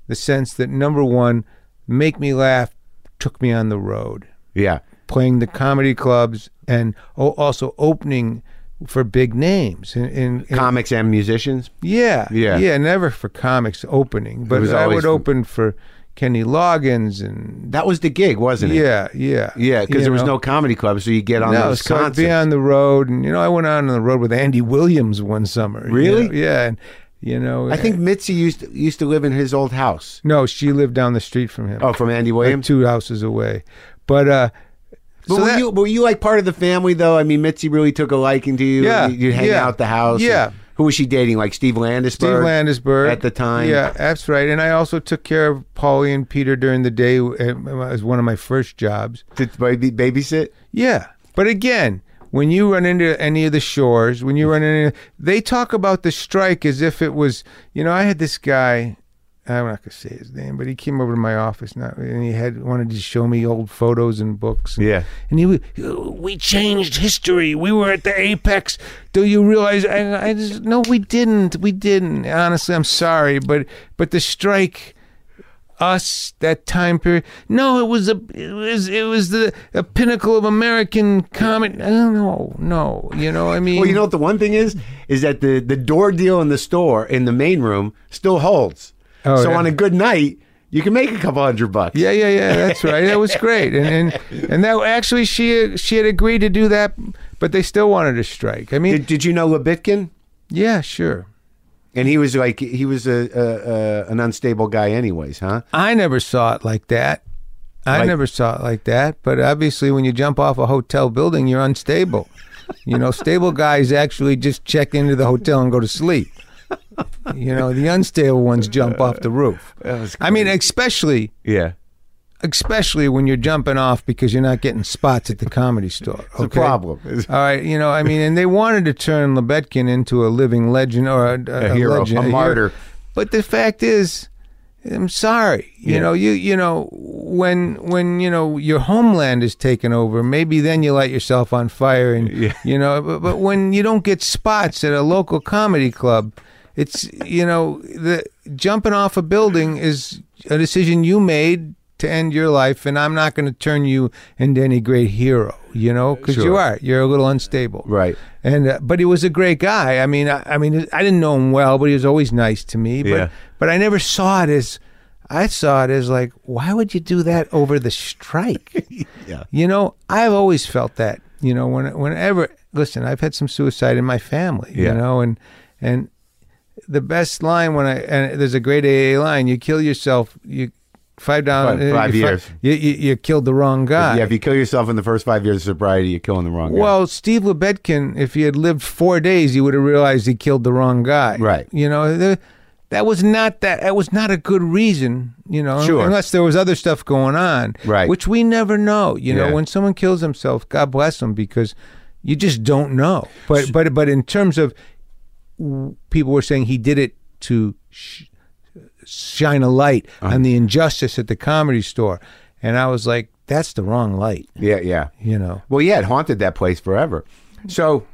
S1: the sense that number one, make me laugh, took me on the road
S2: Yeah.
S1: playing the comedy clubs and oh, also opening for big names and, and, and-
S2: Comics and musicians.
S1: yeah
S2: Yeah.
S1: yeah never for comics opening but
S2: was
S1: I
S2: always
S1: would
S2: for-
S1: open for Kenny Loggins and
S2: That was the gig, wasn't it?
S1: yeah yeah
S2: Yeah, because
S1: you
S2: there was
S1: know.
S2: no comedy club, so you get on
S1: no,
S2: those
S1: so I'd
S2: concerts.
S1: be on the road, and you know, I went out on the road with Andy Williams one summer. you
S2: Really?
S1: know, yeah, and you know,
S2: I think Mitzi used to, used to live in his old house.
S1: no, she lived down the street from him.
S2: Oh, from Andy Williams.
S1: two houses away, but uh,
S2: But
S1: so
S2: were
S1: that-
S2: you were you like part of the family though? I mean, Mitzi really took a liking to you.
S1: Yeah,
S2: you hang
S1: yeah,
S2: out at the house.
S1: yeah.
S2: Who was she dating? Like Steve Landisberg.
S1: Steve Landisberg
S2: at the time.
S1: Yeah, that's right. And I also took care of Paulie and Peter during the day uh, as one of my first jobs.
S2: to baby, babysit.
S1: Yeah, but again, when you run into any of the shores, when you run into, they talk about the strike as if it was. You know, I had this guy I'm not gonna say his name, but he came over to my office now, and he had wanted to show me old photos and books. And,
S2: Yeah.
S1: and he, wa- we changed history. We were at the apex. Do you realize? I, I just, no, we didn't. We didn't. Honestly, I'm sorry, but but the strike, us that time period. No, it was a it was it was the a pinnacle of American comedy. No, no, you know. I mean,
S2: Well, you know what the one thing is is that the the door deal in the store in the main room still holds.
S1: Oh,
S2: so
S1: yeah.
S2: on a good night, you can make a couple hundred bucks.
S1: Yeah, yeah, yeah. That's right. That was great. And and and that actually she she had agreed to do that, but they still wanted to strike. I mean,
S2: Did, did you know Lebitkin?
S1: yeah, sure.
S2: And he was like he was a, a, a an unstable guy, anyways, huh?
S1: I never saw it like that. I
S2: Like-
S1: never saw it like that. But obviously, when you jump off a hotel building, you're unstable. You know, stable guys actually just check into the hotel and go to sleep. You know, the unstable ones jump off the
S2: (laughs)
S1: roof.
S2: was
S1: I mean, especially
S2: Yeah,
S1: especially when you're jumping off because you're not getting spots at the comedy store. It's okay?
S2: (laughs) problem.
S1: All right, you know, I mean, and they wanted to turn Lebetkin into a living legend or a, a,
S2: A hero,
S1: legend,
S2: a martyr.
S1: But the fact is, I'm sorry. You
S2: Yeah.
S1: know, you you know when when you know your homeland is taken over, maybe then you light yourself on fire, and
S2: (laughs) Yeah.
S1: you know. But, but when you don't get spots at a local comedy club, it's you know the jumping off a building is a decision you made to end your life, and I'm not going to turn you into any great hero. You know, because you
S2: Sure.
S1: are. You're a little unstable,
S2: right.
S1: and uh, but he was a great guy. I mean, I, I mean, I didn't know him well, but he was always nice to me. But
S2: Yeah.
S1: but I never saw it as I saw it as like, why would you do that over the strike?
S2: (laughs) Yeah.
S1: You know, I've always felt that. You know, when whenever listen, I've had some suicide in my family.
S2: Yeah.
S1: You know, and and the best line when I and there's a great AA line: you kill yourself, you five down uh,
S2: Five- five
S1: you fi-
S2: years.
S1: You, you you killed the wrong guy.
S2: yeah, if you kill yourself in the first five years of sobriety, you're killing the wrong guy.
S1: Well, Steve Lebedkin, if he had lived four days, he would have realized he killed the wrong guy.
S2: Right.
S1: You know, th- that was not that. That was not a good reason. You know,
S2: Sure.
S1: unless there was other stuff going on.
S2: Right.
S1: Which we never know. You
S2: Yeah.
S1: know, when someone kills himself, God bless them, because you just don't know. But but but in terms of w- people were saying he did it to. Sh- shine a light
S2: Uh-huh.
S1: on the injustice at the comedy store and i was like that's the wrong light
S2: yeah, yeah.
S1: you know
S2: Well, yeah, it haunted that place forever. So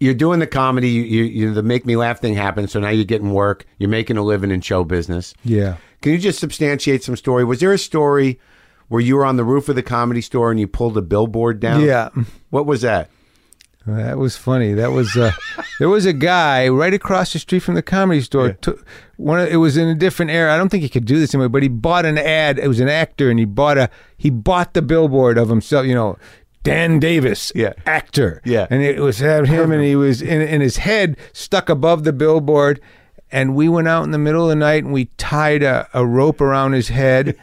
S2: you're doing the comedy, you, you, you the make me laugh thing happens. So now you're getting work, you're making a living in show business.
S1: yeah
S2: Can you just substantiate some story? Was there a story where you were on the roof of the comedy store and you pulled a billboard down?
S1: Yeah,
S2: What was that?
S1: that was funny. That was
S2: (laughs)
S1: uh, there was a guy right across the street from the comedy store. Took, one of, it was in a different era. I don't think he could do this anymore. But he bought an ad. It was an actor, and he bought a he bought the billboard of himself. You know, Dan Davis,
S2: Yeah.
S1: actor,
S2: Yeah.
S1: and it was had him, and he was in, in his head stuck above the billboard. And we went out in the middle of the night, and we tied a, a rope around his head.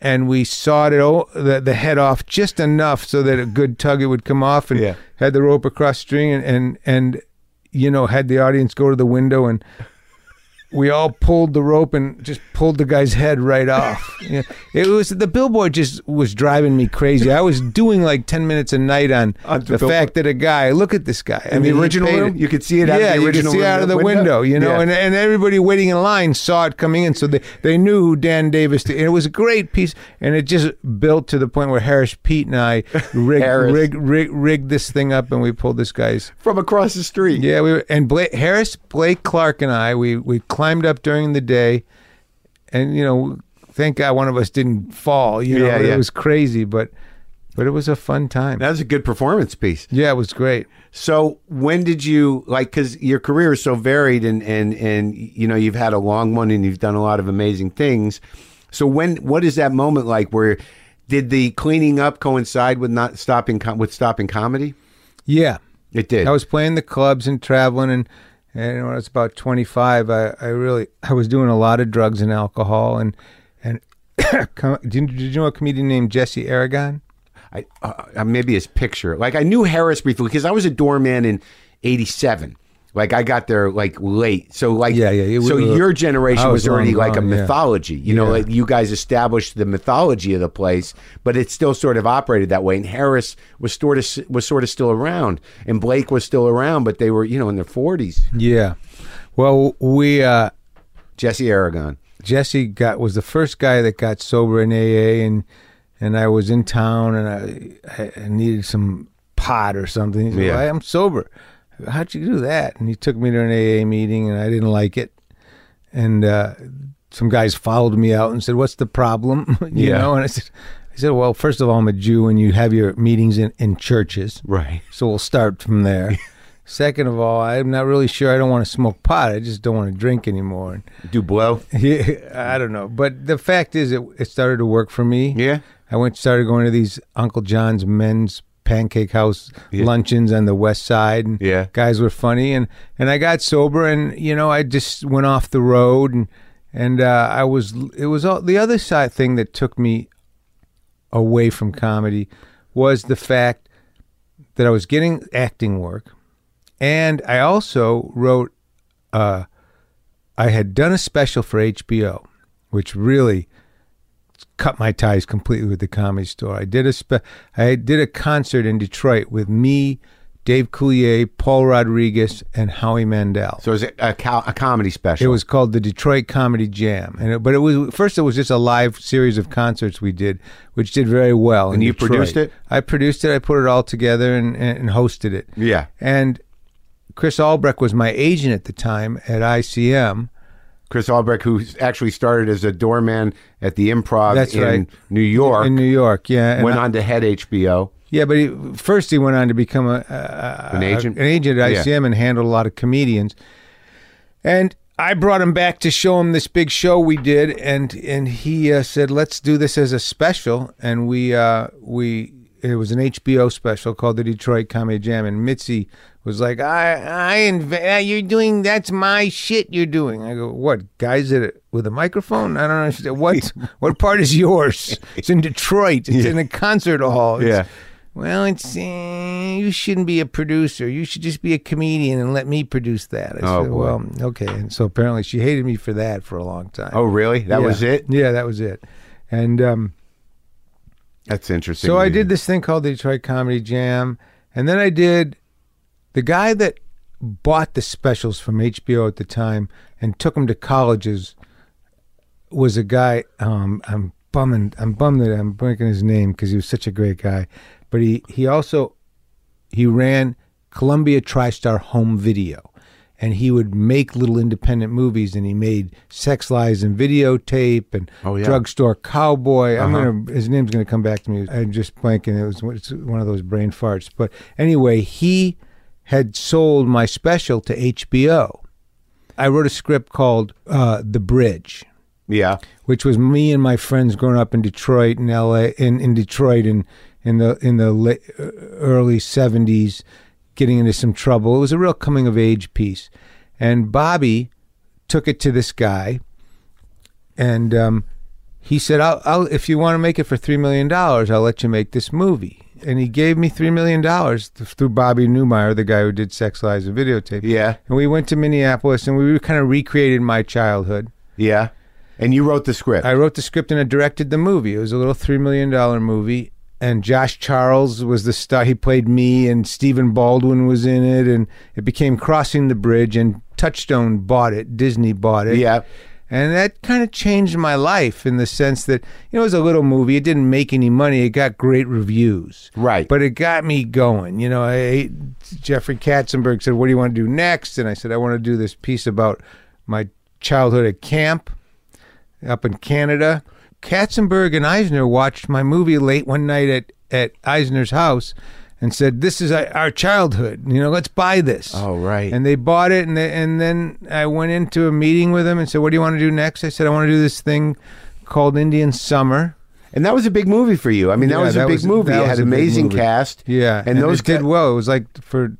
S1: and we sawed it o- the, the head off just enough so that a good tug it would come off and
S2: Yeah.
S1: had the rope across string and, and and you know had the audience go to the window and we all pulled the rope and just pulled the guy's head right off. (laughs) Yeah. It was the billboard just was driving me crazy. I was doing like ten minutes a night on,
S2: On the
S1: the
S2: billboard.
S1: fact that a guy look at this guy. I
S2: In the
S1: mean, he
S2: original
S1: paid
S2: room?
S1: it.
S2: You could see it out of
S1: yeah,
S2: the
S1: you could
S2: original
S1: see it out of the
S2: window?
S1: window. you know,
S2: Yeah.
S1: and and everybody waiting in line saw it coming in, so they, they knew who Dan Davis. Did. And it was a great piece, and it just built to the point where Harris Pete and
S2: (laughs)
S1: I rigged,
S2: Harris.
S1: rigged, rigged, rigged this thing up, and we pulled this guy's
S2: From across the street.
S1: yeah, we were, and Blake, Harris, Blake Clark, and I we we climbed up during the day, and you know, thank God one of us didn't fall. You know,
S2: Yeah,
S1: but
S2: yeah.
S1: it was crazy, but but it was a fun time.
S2: That was a good performance piece.
S1: yeah, it was great.
S2: So when did you like? Because your career is so varied, and and and you know you've had a long one, and you've done a lot of amazing things. So when what is that moment like? Where did the cleaning up coincide with not stopping com- with stopping comedy?
S1: Yeah,
S2: It did.
S1: I was playing the clubs and traveling, and and when I was about twenty five, I I really I was doing a lot of drugs and alcohol, and and (coughs) com- did, you- did you know a comedian named Jesse Aragon?
S2: I, uh, uh, maybe his picture. Like I knew Harris briefly because I was a doorman in '87. Like I got there like late, so like
S1: Yeah, yeah, it
S2: So
S1: was-
S2: your generation
S1: I
S2: was,
S1: was
S2: already
S1: long
S2: like a
S1: gone, yeah.
S2: mythology, you know.
S1: Yeah.
S2: Like you guys established the mythology of the place, but it still sort of operated that way. And Harris was sort of was sort of still around, and Blake was still around, but they were you know in their forties.
S1: Yeah, well we. uh
S2: Jesse Aragon,
S1: Jesse got was the first guy that got sober in AA, and and I was in town and I I needed some pot or something. He said,
S2: Yeah.
S1: "Why, I'm sober. How'd you do that? And he took me to an AA meeting, and I didn't like it. And uh, some guys followed me out and said, "What's the problem?" (laughs) you
S2: Yeah.
S1: know, and I said. I said, well, first of all, I'm a Jew, and you have your meetings in, in churches.
S2: Right.
S1: So we'll start from
S2: (laughs)
S1: there. Second of all, I'm not really sure. I don't want to smoke pot. I just don't want to drink anymore.
S2: Do blow.
S1: And (laughs) I don't know. But the fact is, it, it started to work for me.
S2: Yeah.
S1: I went started going to these Uncle John's men's pancake house
S2: Yeah.
S1: luncheons on the West Side. And
S2: Yeah.
S1: guys were funny, and and I got sober, and you know I just went off the road, and and uh, I was it was all the other side thing that took me away from comedy was the fact that I was getting acting work, and I also wrote. Uh, I had done a special for HBO, which really cut my ties completely with the comedy store. I did a spe- I did a concert in Detroit with me, Dave Coulier, Paul Rodriguez, and Howie Mandel.
S2: So it was a, a, co- a comedy special.
S1: It was called the Detroit Comedy Jam, and it, but it was first it was just a live series of concerts we did, which did very well.
S2: And you produced it?
S1: I produced it. I put it all together and, and, and hosted it.
S2: Yeah.
S1: And Chris Albrecht was my agent at the time at ICM.
S2: Chris Albrecht, who actually started as a doorman at the Improv
S1: That's
S2: in
S1: right.
S2: New York,
S1: in New York, yeah. and
S2: went on to head HBO.
S1: Yeah, but he, first he went on to become a, a
S2: An
S1: a-
S2: agent?
S1: an agent at
S2: Yeah.
S1: ICM, and handled a lot of comedians. And I brought him back to show him this big show we did, and and he uh, said, "Let's do this as a special." And we uh, we it was an HBO special called the Detroit Comedy Jam, and Mitzi was like, "I I invent you're doing that's my shit you're doing." I go, "What guys did it with a microphone? I don't know." She said,
S2: (laughs)
S1: "What what part is yours? It's in Detroit. It's in a concert hall. It's-
S2: Yeah.
S1: well, it's uh, you shouldn't be a producer. You should just be a comedian and let me produce that. I
S2: Oh,
S1: said,
S2: boy.
S1: well, okay. And so apparently she hated me for that for a long time.
S2: Oh, really? That
S1: Yeah.
S2: was it?
S1: Yeah, that was it. And um,
S2: That's interesting.
S1: so I
S2: You-
S1: did this thing called the Detroit Comedy Jam, and then I did the guy that bought the specials from HBO at the time and took them to colleges was a guy. Um, I'm bumming. I'm bummed that I'm breaking his name because he was such a great guy, but he he also he ran Columbia TriStar Home Video, and he would make little independent movies. And he made Sex Lies and Videotape and
S2: Oh, yeah.
S1: Drugstore Cowboy. I'm
S2: Uh-huh.
S1: gonna his name's gonna come back to me. I'm just blanking. It was it's one of those brain farts. But anyway, he had sold my special to HBO. I wrote a script called uh, The Bridge
S2: Yeah.
S1: which was me and my friends growing up in Detroit and LA in, in Detroit in in the in the late, uh, early 70s getting into some trouble. It was a real coming of age piece. And Bobby took it to this guy and um, he said, I'll, I'll, if you want to make it for $3 million, I'll let you make this movie. And he gave me $3 million th- through Bobby Newmeyer, the guy who did Sex Lies and Videotape.
S2: Yeah.
S1: And we went to Minneapolis and we kind of recreated my childhood.
S2: Yeah. And you wrote the script.
S1: I wrote the script and I directed the movie. It was a little three million dollar movie, and Josh Charles was the star. He played me, and Stephen Baldwin was in it, and it became Crossing the Bridge. And Touchstone bought it. Disney bought it.
S2: Yeah.
S1: And that kind of changed my life in the sense that you know it was a little movie. It didn't make any money. It got great reviews.
S2: Right.
S1: But it got me going. You know, I ate, Jeffrey Katzenberg said, "What do you want to do next?" And I said, "I want to do this piece about my childhood at camp." up in Canada. Katzenberg and Eisner watched my movie late one night at, at Eisner's house and said, This is our our childhood. You know, let's buy this.
S2: Oh, right.
S1: And they bought it. And, they, and then I went into a meeting with them and said, What do you want to do next? I said, I want to do this thing called Indian Summer.
S2: and that was a big movie for you. I mean, that
S1: Yeah,
S2: was a
S1: that
S2: big
S1: was-
S2: movie.
S1: that
S2: It had
S1: was a big
S2: amazing
S1: movie.
S2: cast.
S1: Yeah.
S2: And, those
S1: it did
S2: ca-
S1: well. It was like for.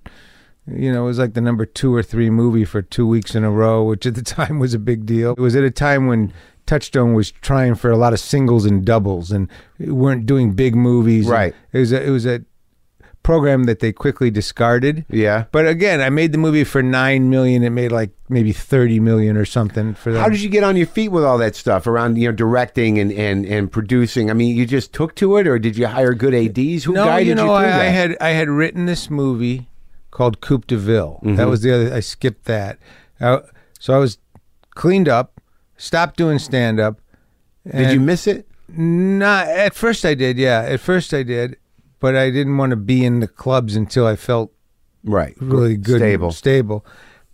S1: You know, it was like the number two or three movie for two weeks in a row, which at the (laughs) time was a big deal. It was at a time when Touchstone was trying for a lot of singles and doubles and weren't doing big movies.
S2: Right.
S1: It was a, it was a program that they quickly discarded.
S2: Yeah.
S1: But again, I made the movie for nine million. It made like maybe thirty million or something for them.
S2: How did you get on your feet with all that stuff around you know directing and, and, and producing? I mean, you just took to it, or did you hire good ads? Who
S1: no,
S2: guided
S1: you
S2: you,
S1: know,
S2: through
S1: I,
S2: that?
S1: I had I had written this movie called
S2: Mm-hmm.
S1: Coupe de Ville. That was the other. I skipped that. Uh, so I was cleaned up, stopped doing stand up.
S2: Did you miss it?
S1: Not at first I did, yeah. At first I did, but I didn't want to be in the clubs until I felt
S2: Right.
S1: really good,
S2: Stable.
S1: stable.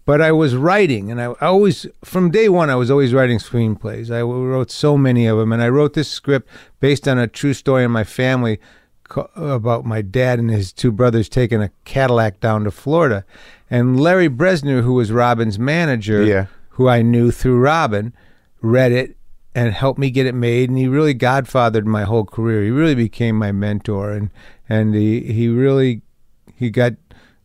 S1: But I was writing, and I I always, from day one, I was always writing screenplays. I wrote so many of them, and I wrote this script based on a true story in my family co- about my dad and his two brothers taking a Cadillac down to Florida. And Larry Bresner, who was Robin's manager,
S2: Yeah.
S1: who I knew through Robin, read it and helped me get it made. And he really godfathered my whole career. He really became my mentor, and and he he really he got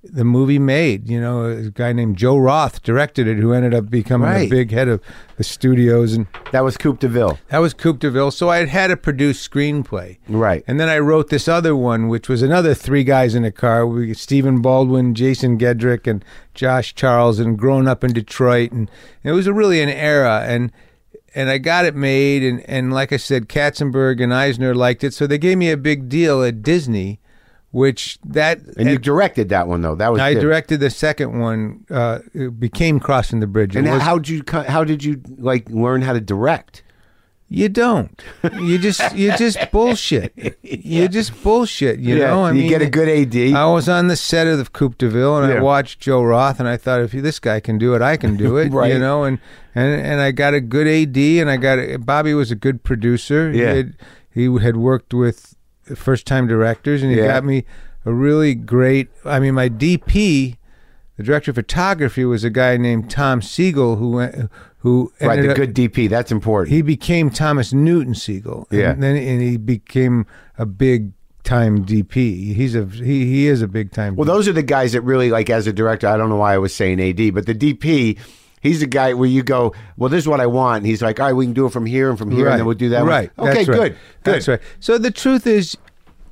S1: the movie made. You know, a guy named Joe Roth directed it, who ended up becoming a
S2: Right.
S1: big head of the studios, and
S2: That was Coupe de Ville.
S1: that was Coupe de Ville. So I had had a produced screenplay.
S2: Right.
S1: And then I wrote this other one, which was another three guys in a car. We Stephen Baldwin, Jason Gedrick, and Josh Charles, and grown up in Detroit, and, and it was a, really an era. And and I got it made, and and like I said, Katzenberg and Eisner liked it, so they gave me a big deal at Disney, which that
S2: and you directed that one though. That was
S1: I
S2: good.
S1: directed the second one. Uh, it became Crossing the Bridge. It
S2: And
S1: was-
S2: how did you co- how did you like learn how to direct?
S1: you don't. You just you just
S2: (laughs)
S1: bullshit. You just bullshit. You know. I
S2: you
S1: mean,
S2: get a good AD.
S1: I was on the set of the Coupe de Ville and
S2: Yeah.
S1: I watched Joe Roth and I thought if this guy can do it, I can
S2: (laughs)
S1: do it.
S2: Right.
S1: You know, and, and and I got a good AD and I got a, Bobby was a good producer.
S2: Yeah.
S1: He had, he had worked with first time directors and he
S2: Yeah.
S1: got me a really great I mean my DP the director of photography was a guy named Tom Siegel who went- who
S2: right,
S1: ended
S2: the
S1: up-
S2: good DP. That's important.
S1: he became Thomas Newton Siegel.
S2: Yeah.
S1: And then and he became a big time DP. He's a he, he is a big time.
S2: Well, those are the guys that really like as a director. I don't know why I was saying AD, but the DP, he's the guy where you go, well, this is what I want. And he's like, all right, we can do it from here and from here, and then we'll do that. one."
S1: Right.
S2: Okay.
S1: That's right.
S2: good. Good.
S1: That's right. So the truth is,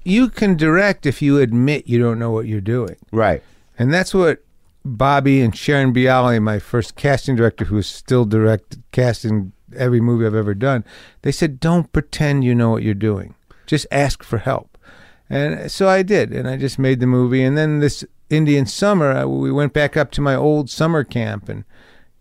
S1: you can direct if you admit you don't know what you're doing,
S2: Right.
S1: and that's what Bobby and Sharon Bialy, my first casting director, who is still direct casting every movie I've ever done, they said, "Don't pretend you know what you're doing. Just ask for help." And so I did, and I just made the movie. And then this Indian summer, I, we went back up to my old summer camp, and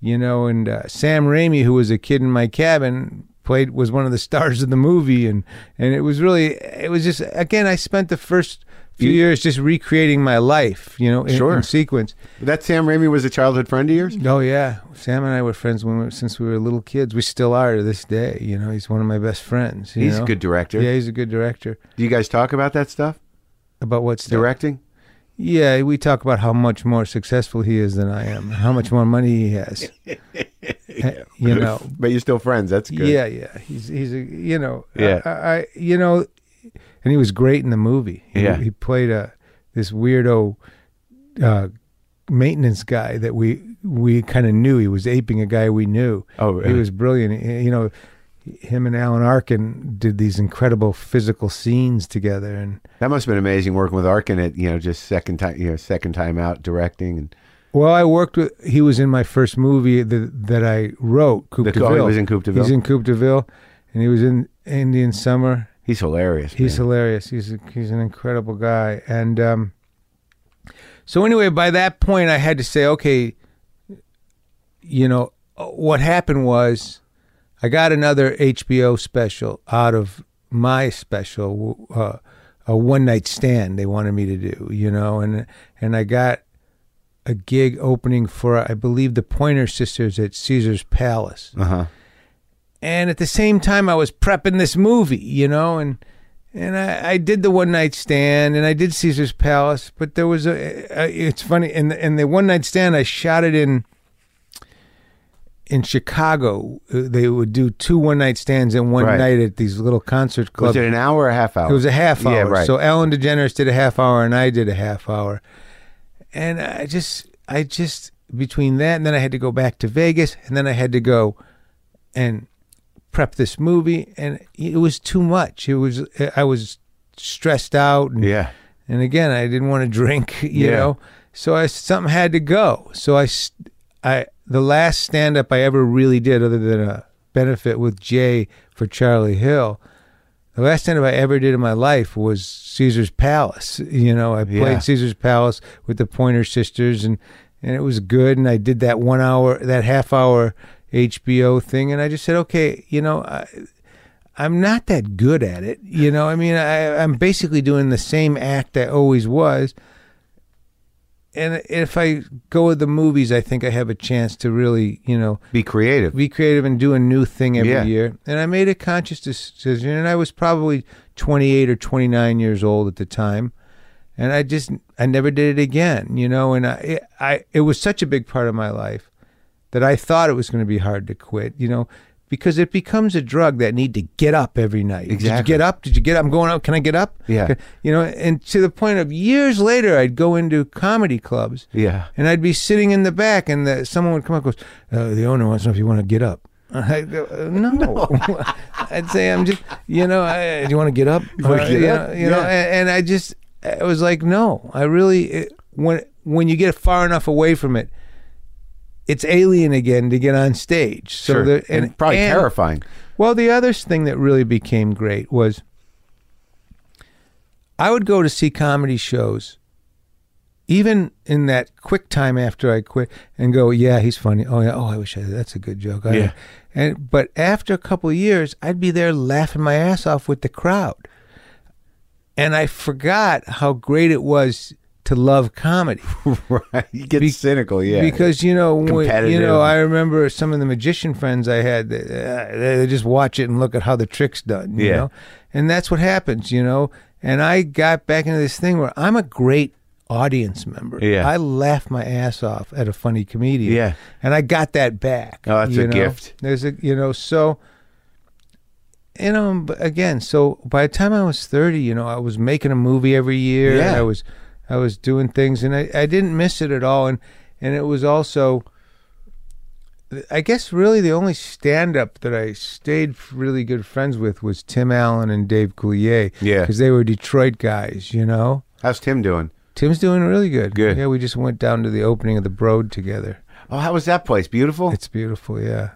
S1: you know, and uh, Sam Raimi, who was a kid in my cabin, played was one of the (laughs) stars of the movie, and and it was really, it was just again, I spent the first few years just recreating my life, you know, in,
S2: Sure. Mm-hmm.
S1: in sequence.
S2: That Sam Raimi was a childhood friend of yours.
S1: Oh yeah, Sam and I were friends when we, since we were little kids. We still are to this day. You know, he's one of my best friends. you
S2: He's
S1: know?
S2: a good director.
S1: Yeah, he's a good director.
S2: Do you guys talk about that stuff?
S1: About what's
S2: Directing.
S1: Yeah, we talk about how much more successful he is than I am, how much more money he
S2: (laughs)
S1: has. Eh, you know,
S2: But you're still friends. That's good.
S1: yeah, yeah, he's he's a you know,
S2: Yeah.
S1: I, I you know, and he was great in the movie. He,
S2: Yeah.
S1: he played a this weirdo uh, maintenance guy that we we kind of knew. He was aping a guy we knew.
S2: Oh, really?
S1: he was brilliant. He- You know, him and Alan Arkin did these incredible physical scenes together, and
S2: That must have been amazing working with Arkin at you know just second time you know second time out directing and
S1: Well, I worked with. He was in my first movie that, that I wrote. Coupe
S2: The-
S1: de
S2: oh, he
S1: Ville.
S2: was in Coupe de
S1: He's
S2: Ville.
S1: in Coupe de Ville, and he was in Indian Summer.
S2: he's hilarious.
S1: He's
S2: man.
S1: hilarious. He's a, he's an incredible guy. And um, so anyway, by that point, I had to say, okay, you know, what happened was, I got another HBO special out of my special, uh, a one night stand they wanted me to do, you know, and and I got a gig opening for I believe the Pointer Sisters at Caesar's Palace
S2: uh-huh.
S1: and at the same time I was prepping this movie, you know, and and I, I did the one night stand and I did Caesar's Palace, but there was a, a it's funny and and the one night stand I shot it in in Chicago. Uh, They would do two one night stands in one
S2: Right.
S1: night at these little concert clubs.
S2: Was it an hour or a half hour?
S1: It was a half hour.
S2: Oh. Yeah, right.
S1: So Ellen DeGeneres did a half hour, and I did a half hour. And I just, I just between that, and then I had to go back to Vegas, and then I had to go and prep this movie, and it was too much. It was, I was stressed out, and
S2: yeah.
S1: and again, I didn't want to (laughs) drink, you
S2: Yeah.
S1: know. So I something had to go. So I, s- I the last stand up I ever really did, other than a benefit with Jay for Charlie Hill, the last stand up I ever did in my life was Caesar's Palace. You know, I played
S2: Yeah.
S1: Caesar's Palace with the Pointer Sisters, and and it was good. And I did that one hour, that half hour HBO thing, and I just said, okay, you know, I, I'm not that good at it. You know, I mean, I, I'm basically doing the same act I always was. And if I go with the movies, I think I have a chance to really, you know,
S2: Be creative.
S1: be creative and do a new thing every
S2: Yeah.
S1: year. And I made a conscious decision, and I was probably 28 or 29 years old at the time. And I just, I never did it again, you know. And I, it, I, it was such a big part of my life that I thought it was going to be hard to quit, you know, because it becomes a drug that need to get up every night. Did you
S2: Exactly.
S1: get up? Did you get up? I'm going out. Can I get up?
S2: Yeah.
S1: Can- You know, and to the point of years later, I'd go into comedy clubs
S2: Yeah.
S1: and I'd be sitting in the back, and the, someone would come up and goes, uh, The owner wants to know if you want to get up. (laughs) I go, uh,
S2: (laughs)
S1: no. (laughs) I'd say, I'm just, you know, I, do you want to get up?
S2: wanna
S1: Uh,
S2: get
S1: you
S2: up?
S1: know, you know,
S2: Yeah.
S1: and, and I just, I was like, no, I really, it, when, when you get far enough away from it, it's alien again to get on stage. So
S2: sure.
S1: there-
S2: and, probably terrifying. (laughs)
S1: well, the other thing that really became great was I would go to see comedy shows, even in that quick time after I quit, and go, "Yeah, he's funny. Oh yeah, oh I wish I, that's a good joke." I-
S2: Yeah.
S1: And but after a couple of years, I'd be there laughing my ass off with the crowd, and I forgot how great it was to love comedy
S2: right. You get
S1: Be-
S2: cynical. Yeah.
S1: because you know when, you
S2: Competitive.
S1: know I remember some of the magician friends I had they, uh, they they just watch it and look at how the trick's done you
S2: Yeah.
S1: know and that's what happens you know and I got back into this thing where I'm a great audience member
S2: Yeah.
S1: I laugh my ass off at a funny comedian
S2: Yeah.
S1: and I got that back
S2: Oh, that's
S1: you
S2: a
S1: know?
S2: gift.
S1: there's a you know so you know but again so by the time I was 30 you know I was making a movie every year
S2: Yeah.
S1: I was I was doing things and I, I didn't miss it at all and and it was also I guess really the only stand up that I stayed really good friends with was Tim Allen and Dave Coulier
S2: Yeah.
S1: because they were Detroit guys you know
S2: How's Tim doing?
S1: Tim's doing really good
S2: Good.
S1: yeah we just went down to the opening of the Broad together
S2: Oh, how was that place? Beautiful.
S1: it's beautiful yeah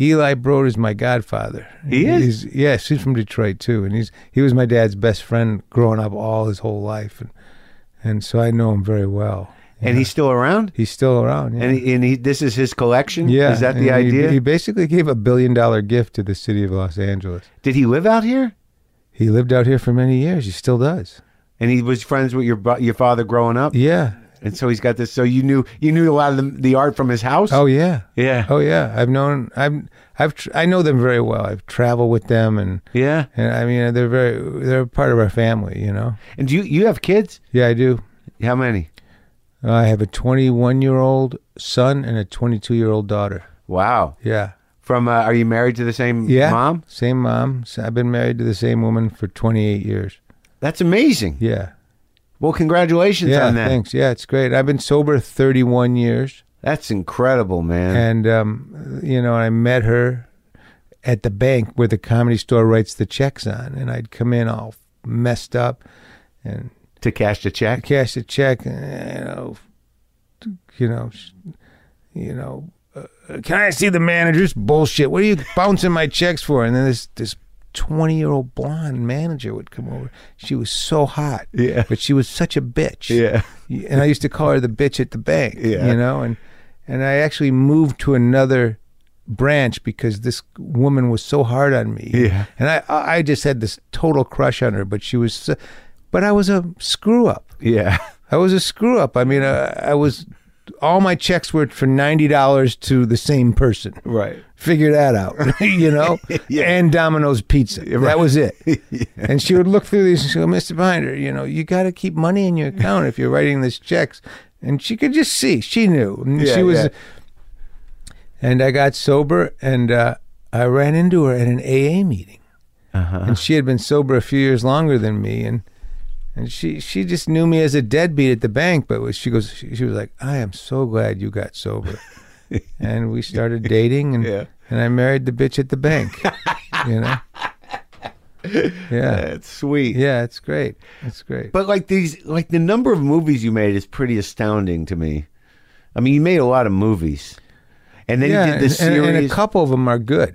S1: Eli Broad is my godfather
S2: He is?
S1: he's, yes he's from Detroit too and he's he was my dad's best friend growing up all his whole life and and so I know him very well
S2: And he's still around.
S1: He's still around. Yeah.
S2: And he, and he, this is his collection.
S1: yeah.
S2: Is that
S1: and
S2: the
S1: he-
S2: idea?
S1: He, basically gave a billion dollar gift to the city of Los Angeles.
S2: Did he live out here?
S1: He lived out here for many years. He still does.
S2: And he was friends with your bu- your father growing up.
S1: Yeah.
S2: And so he's got this. So you knew you knew a lot of the, the art from his house.
S1: Oh yeah.
S2: yeah.
S1: Oh yeah. I've known. I've. I've. Tr- I know them very well. I've traveled with them, and
S2: Yeah.
S1: and I mean they're very. They're part of our family. You know.
S2: And do you you have kids?
S1: Yeah, I do.
S2: How many?
S1: I have a 21 year old son and a 22 year old daughter.
S2: Wow.
S1: Yeah.
S2: From uh, are you married to the same
S1: Yeah.
S2: mom?
S1: Same mom. So I've been married to the same woman for 28 years.
S2: That's amazing.
S1: Yeah.
S2: Well, congratulations
S1: yeah,
S2: on that.
S1: thanks. Yeah, it's great. I've been sober 31 years,
S2: That's incredible, man.
S1: and um, you know, I met her at the bank where the comedy store writes the checks on, and I'd come in all messed up and
S2: to cash a check.
S1: cash the check, and, you know, you know, sh- you know. Uh, can I see the manager's bullshit? What are you bouncing my checks for? And then this this twenty year old blonde manager would come over. She was so hot,
S2: Yeah.
S1: but she was such a bitch.
S2: (laughs) Yeah.
S1: and I used to call her the bitch at the bank.
S2: Yeah.
S1: You know, and and I actually moved to another branch because this woman was so hard on me.
S2: Yeah.
S1: And I I I just had this total crush on her, but she was, so, but I was a screw up.
S2: Yeah.
S1: I was a screw up. I mean, uh, I, I was. All my checks were for ninety dollars to the same person.
S2: Right.
S1: Figure that out, (laughs) you know.
S2: (laughs) Yeah.
S1: And Domino's pizza. That was
S2: (laughs)
S1: it. And she would look through these and she go, "Mr. Binder, you know, you got to keep money in your account if you're writing these checks." And she could just see. She knew. And
S2: Yeah,
S1: she was.
S2: yeah.
S1: And I got sober, and uh, I ran into her at an AA meeting
S2: Uh-huh.
S1: and she had been sober a few years longer than me and and she she just knew me as a deadbeat at the bank but was, she goes she, she was like i am so glad you got
S2: (laughs)
S1: sober and we started dating and
S2: Yeah.
S1: and i married the bitch at the bank you
S2: (laughs)
S1: know yeah
S2: That's sweet.
S1: yeah it's great it's great
S2: But like these, like the number of movies you made is pretty astounding to me. I mean, you made a lot of movies, and then
S1: yeah
S2: you did this
S1: and, and-
S2: series.
S1: and a couple of them are good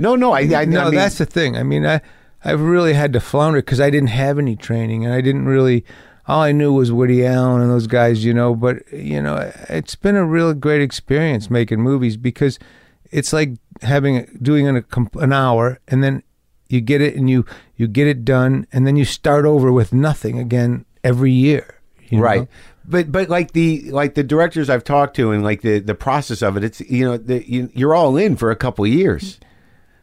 S2: no, no, I, I
S1: no,
S2: I mean,
S1: that's the thing. I mean, I I've really had to flounder because I didn't have any training, and I didn't really. All I knew was Woody Allen and those guys, you know. But you know, it's been a real great experience making movies because it's like having doing an, a, com- an hour and then you get it and you you get it done and then you start over with nothing again every year. you know?
S2: right but but like the like the directors i've talked to and like the the process of it it's you know the, you, you're all in for a couple years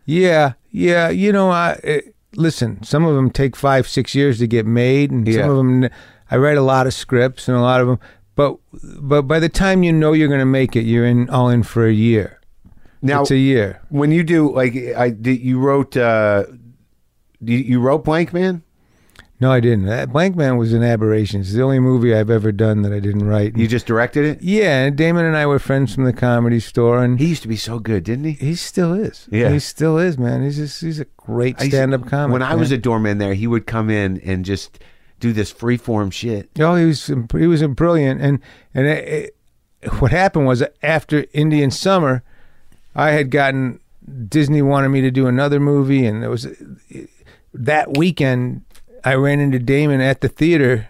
S1: Yeah, yeah. You know, I it, listen. Some of them take five, six years to get made, and
S2: Yeah.
S1: some of them. I write a lot of scripts, and a lot of them. But but by the time you know you're going to make it, you're in all in for a year.
S2: now
S1: it's a year.
S2: when you do like i did you wrote uh you, you wrote blank man
S1: No, I didn't. That Blank Man was an aberration. It's the only movie I've ever done that I didn't write.
S2: you just directed it
S1: yeah, and Damon and I were friends from the comedy store, and he,
S2: he used to be so good didn't he
S1: he still is.
S2: Yeah.
S1: he still is, man. He's just he's a great
S2: I used-
S1: stand-up comic.
S2: when i
S1: man.
S2: was a doorman there he would come in and just do this freeform shit
S1: Oh, he was he was brilliant, and and it, it, what happened was after Indian Summer, I had gotten Disney wanted me to do another movie, and it was that weekend I ran into Damon at the theater.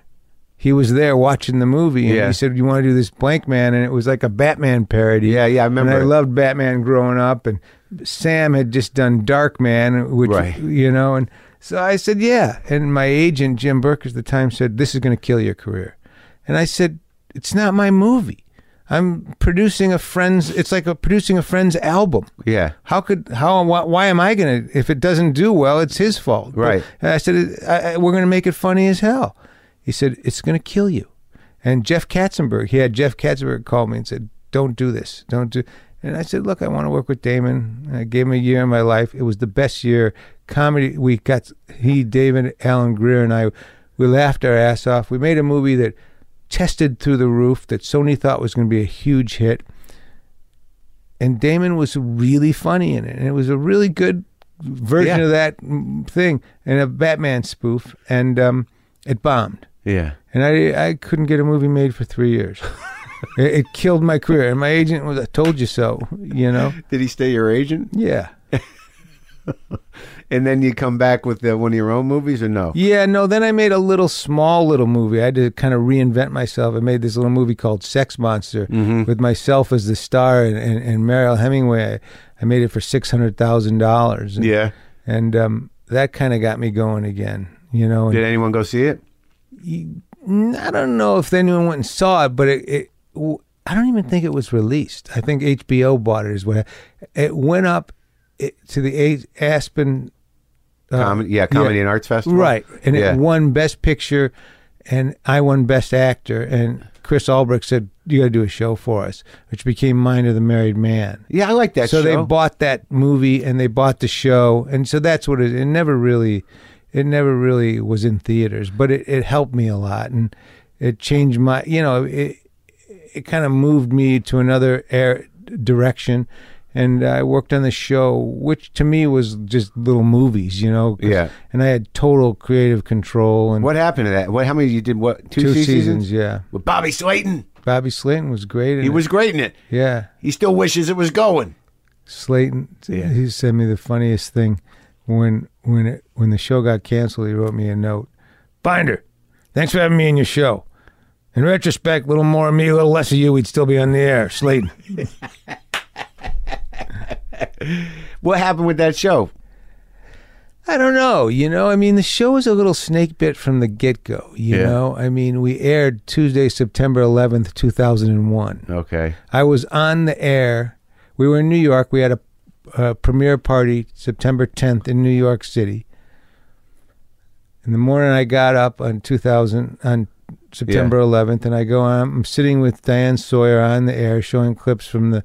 S1: He was there watching the movie, and
S2: Yeah.
S1: he said, "You want to do this Blank Man?" And it was like a Batman parody.
S2: yeah yeah i remember
S1: And I
S2: it.
S1: loved Batman growing up, and Sam had just done Dark Man, which
S2: Right.
S1: you know, and so I said, yeah. And my agent Jim Burke at the time said, "This is going to kill your career," and I said, "It's not my movie. I'm producing a friend's. It's like a producing a friend's album.
S2: yeah
S1: How could how why, why am I going to if it doesn't do well? It's his fault, But-
S2: Right.
S1: and I said, I, I, "We're going to make it funny as hell." He said, "It's going to kill you." And Jeff Katzenberg, he had Jeff Katzenberg call me and said, "Don't do this. Don't do." And I said, "Look, I want to work with Damon." And I gave him a year of my life. It was the best year. Comedy. We got he, David, Alan Greer, and I. We laughed our ass off. We made a movie that tested through the roof that Sony thought was going to be a huge hit and Damon was really funny in it, and it was a really good version
S2: Yeah.
S1: of that mm, thing and a Batman spoof, and um, it bombed,
S2: yeah
S1: and I I couldn't get a movie made for three years. it, it killed my career, and my agent was I told you so, you know,
S2: did he stay your agent
S1: yeah,
S2: and then you come back with uh one of your own movies or no
S1: yeah. No, then I made a little small little movie. I had to kind of reinvent myself. I made this little movie called Sex Monster
S2: Mm-hmm.
S1: with myself as the star and and, and Meryl Hemingway. I made it for six hundred thousand dollars.
S2: yeah
S1: and um, that kind of got me going again. You know,
S2: did
S1: and
S2: anyone go see it
S1: Mm, I don't know if anyone went and saw it, but it, it w- I don't even think it was released. I think HBO bought it. Is what it went up it, to the A- Aspen, uh,
S2: Comedy, yeah, comedy
S1: yeah.
S2: and arts festival,
S1: right? And
S2: Yeah.
S1: it won Best Picture, and I won Best Actor. And Chris Albrecht said, "You got to do a show for us," which became Mind of the Married Man.
S2: Yeah, I like that.
S1: so
S2: show.
S1: they bought that movie and they bought the show and so that's what it it never really it never really was in theaters but it, it helped me a lot and it changed my you know it it kind of moved me to another air direction and I worked on the show which to me was just little movies you know 'cause-
S2: Yeah.
S1: and I had total creative control and
S2: What happened to that? What? How many you did? What two,
S1: two
S2: seasons?
S1: seasons yeah
S2: With Bobby Slayton,
S1: Bobby Slayton was great in
S2: he
S1: it.
S2: was great in it.
S1: yeah
S2: He still wishes it was going.
S1: Slayton,
S2: Yeah.
S1: he sent me the funniest thing when when it, when the show got canceled. He wrote me a note. Binder, thanks for having me in your show. In retrospect, a little more of me, a little less of you, we'd still be on the air. Slayton.
S2: What happened with that show?
S1: (laughs) I don't know. You know, I mean, the show was a little snake bit from the get go. You
S2: Yeah.
S1: know, I mean, we aired Tuesday, September 11th, 2001.
S2: Okay,
S1: I was on the air. We were in New York. We had a, a premiere party September 10th in New York City. In the morning, I got up on 2000 on September 11th, and I go on. I'm sitting with Diane Sawyer on the air, showing clips from the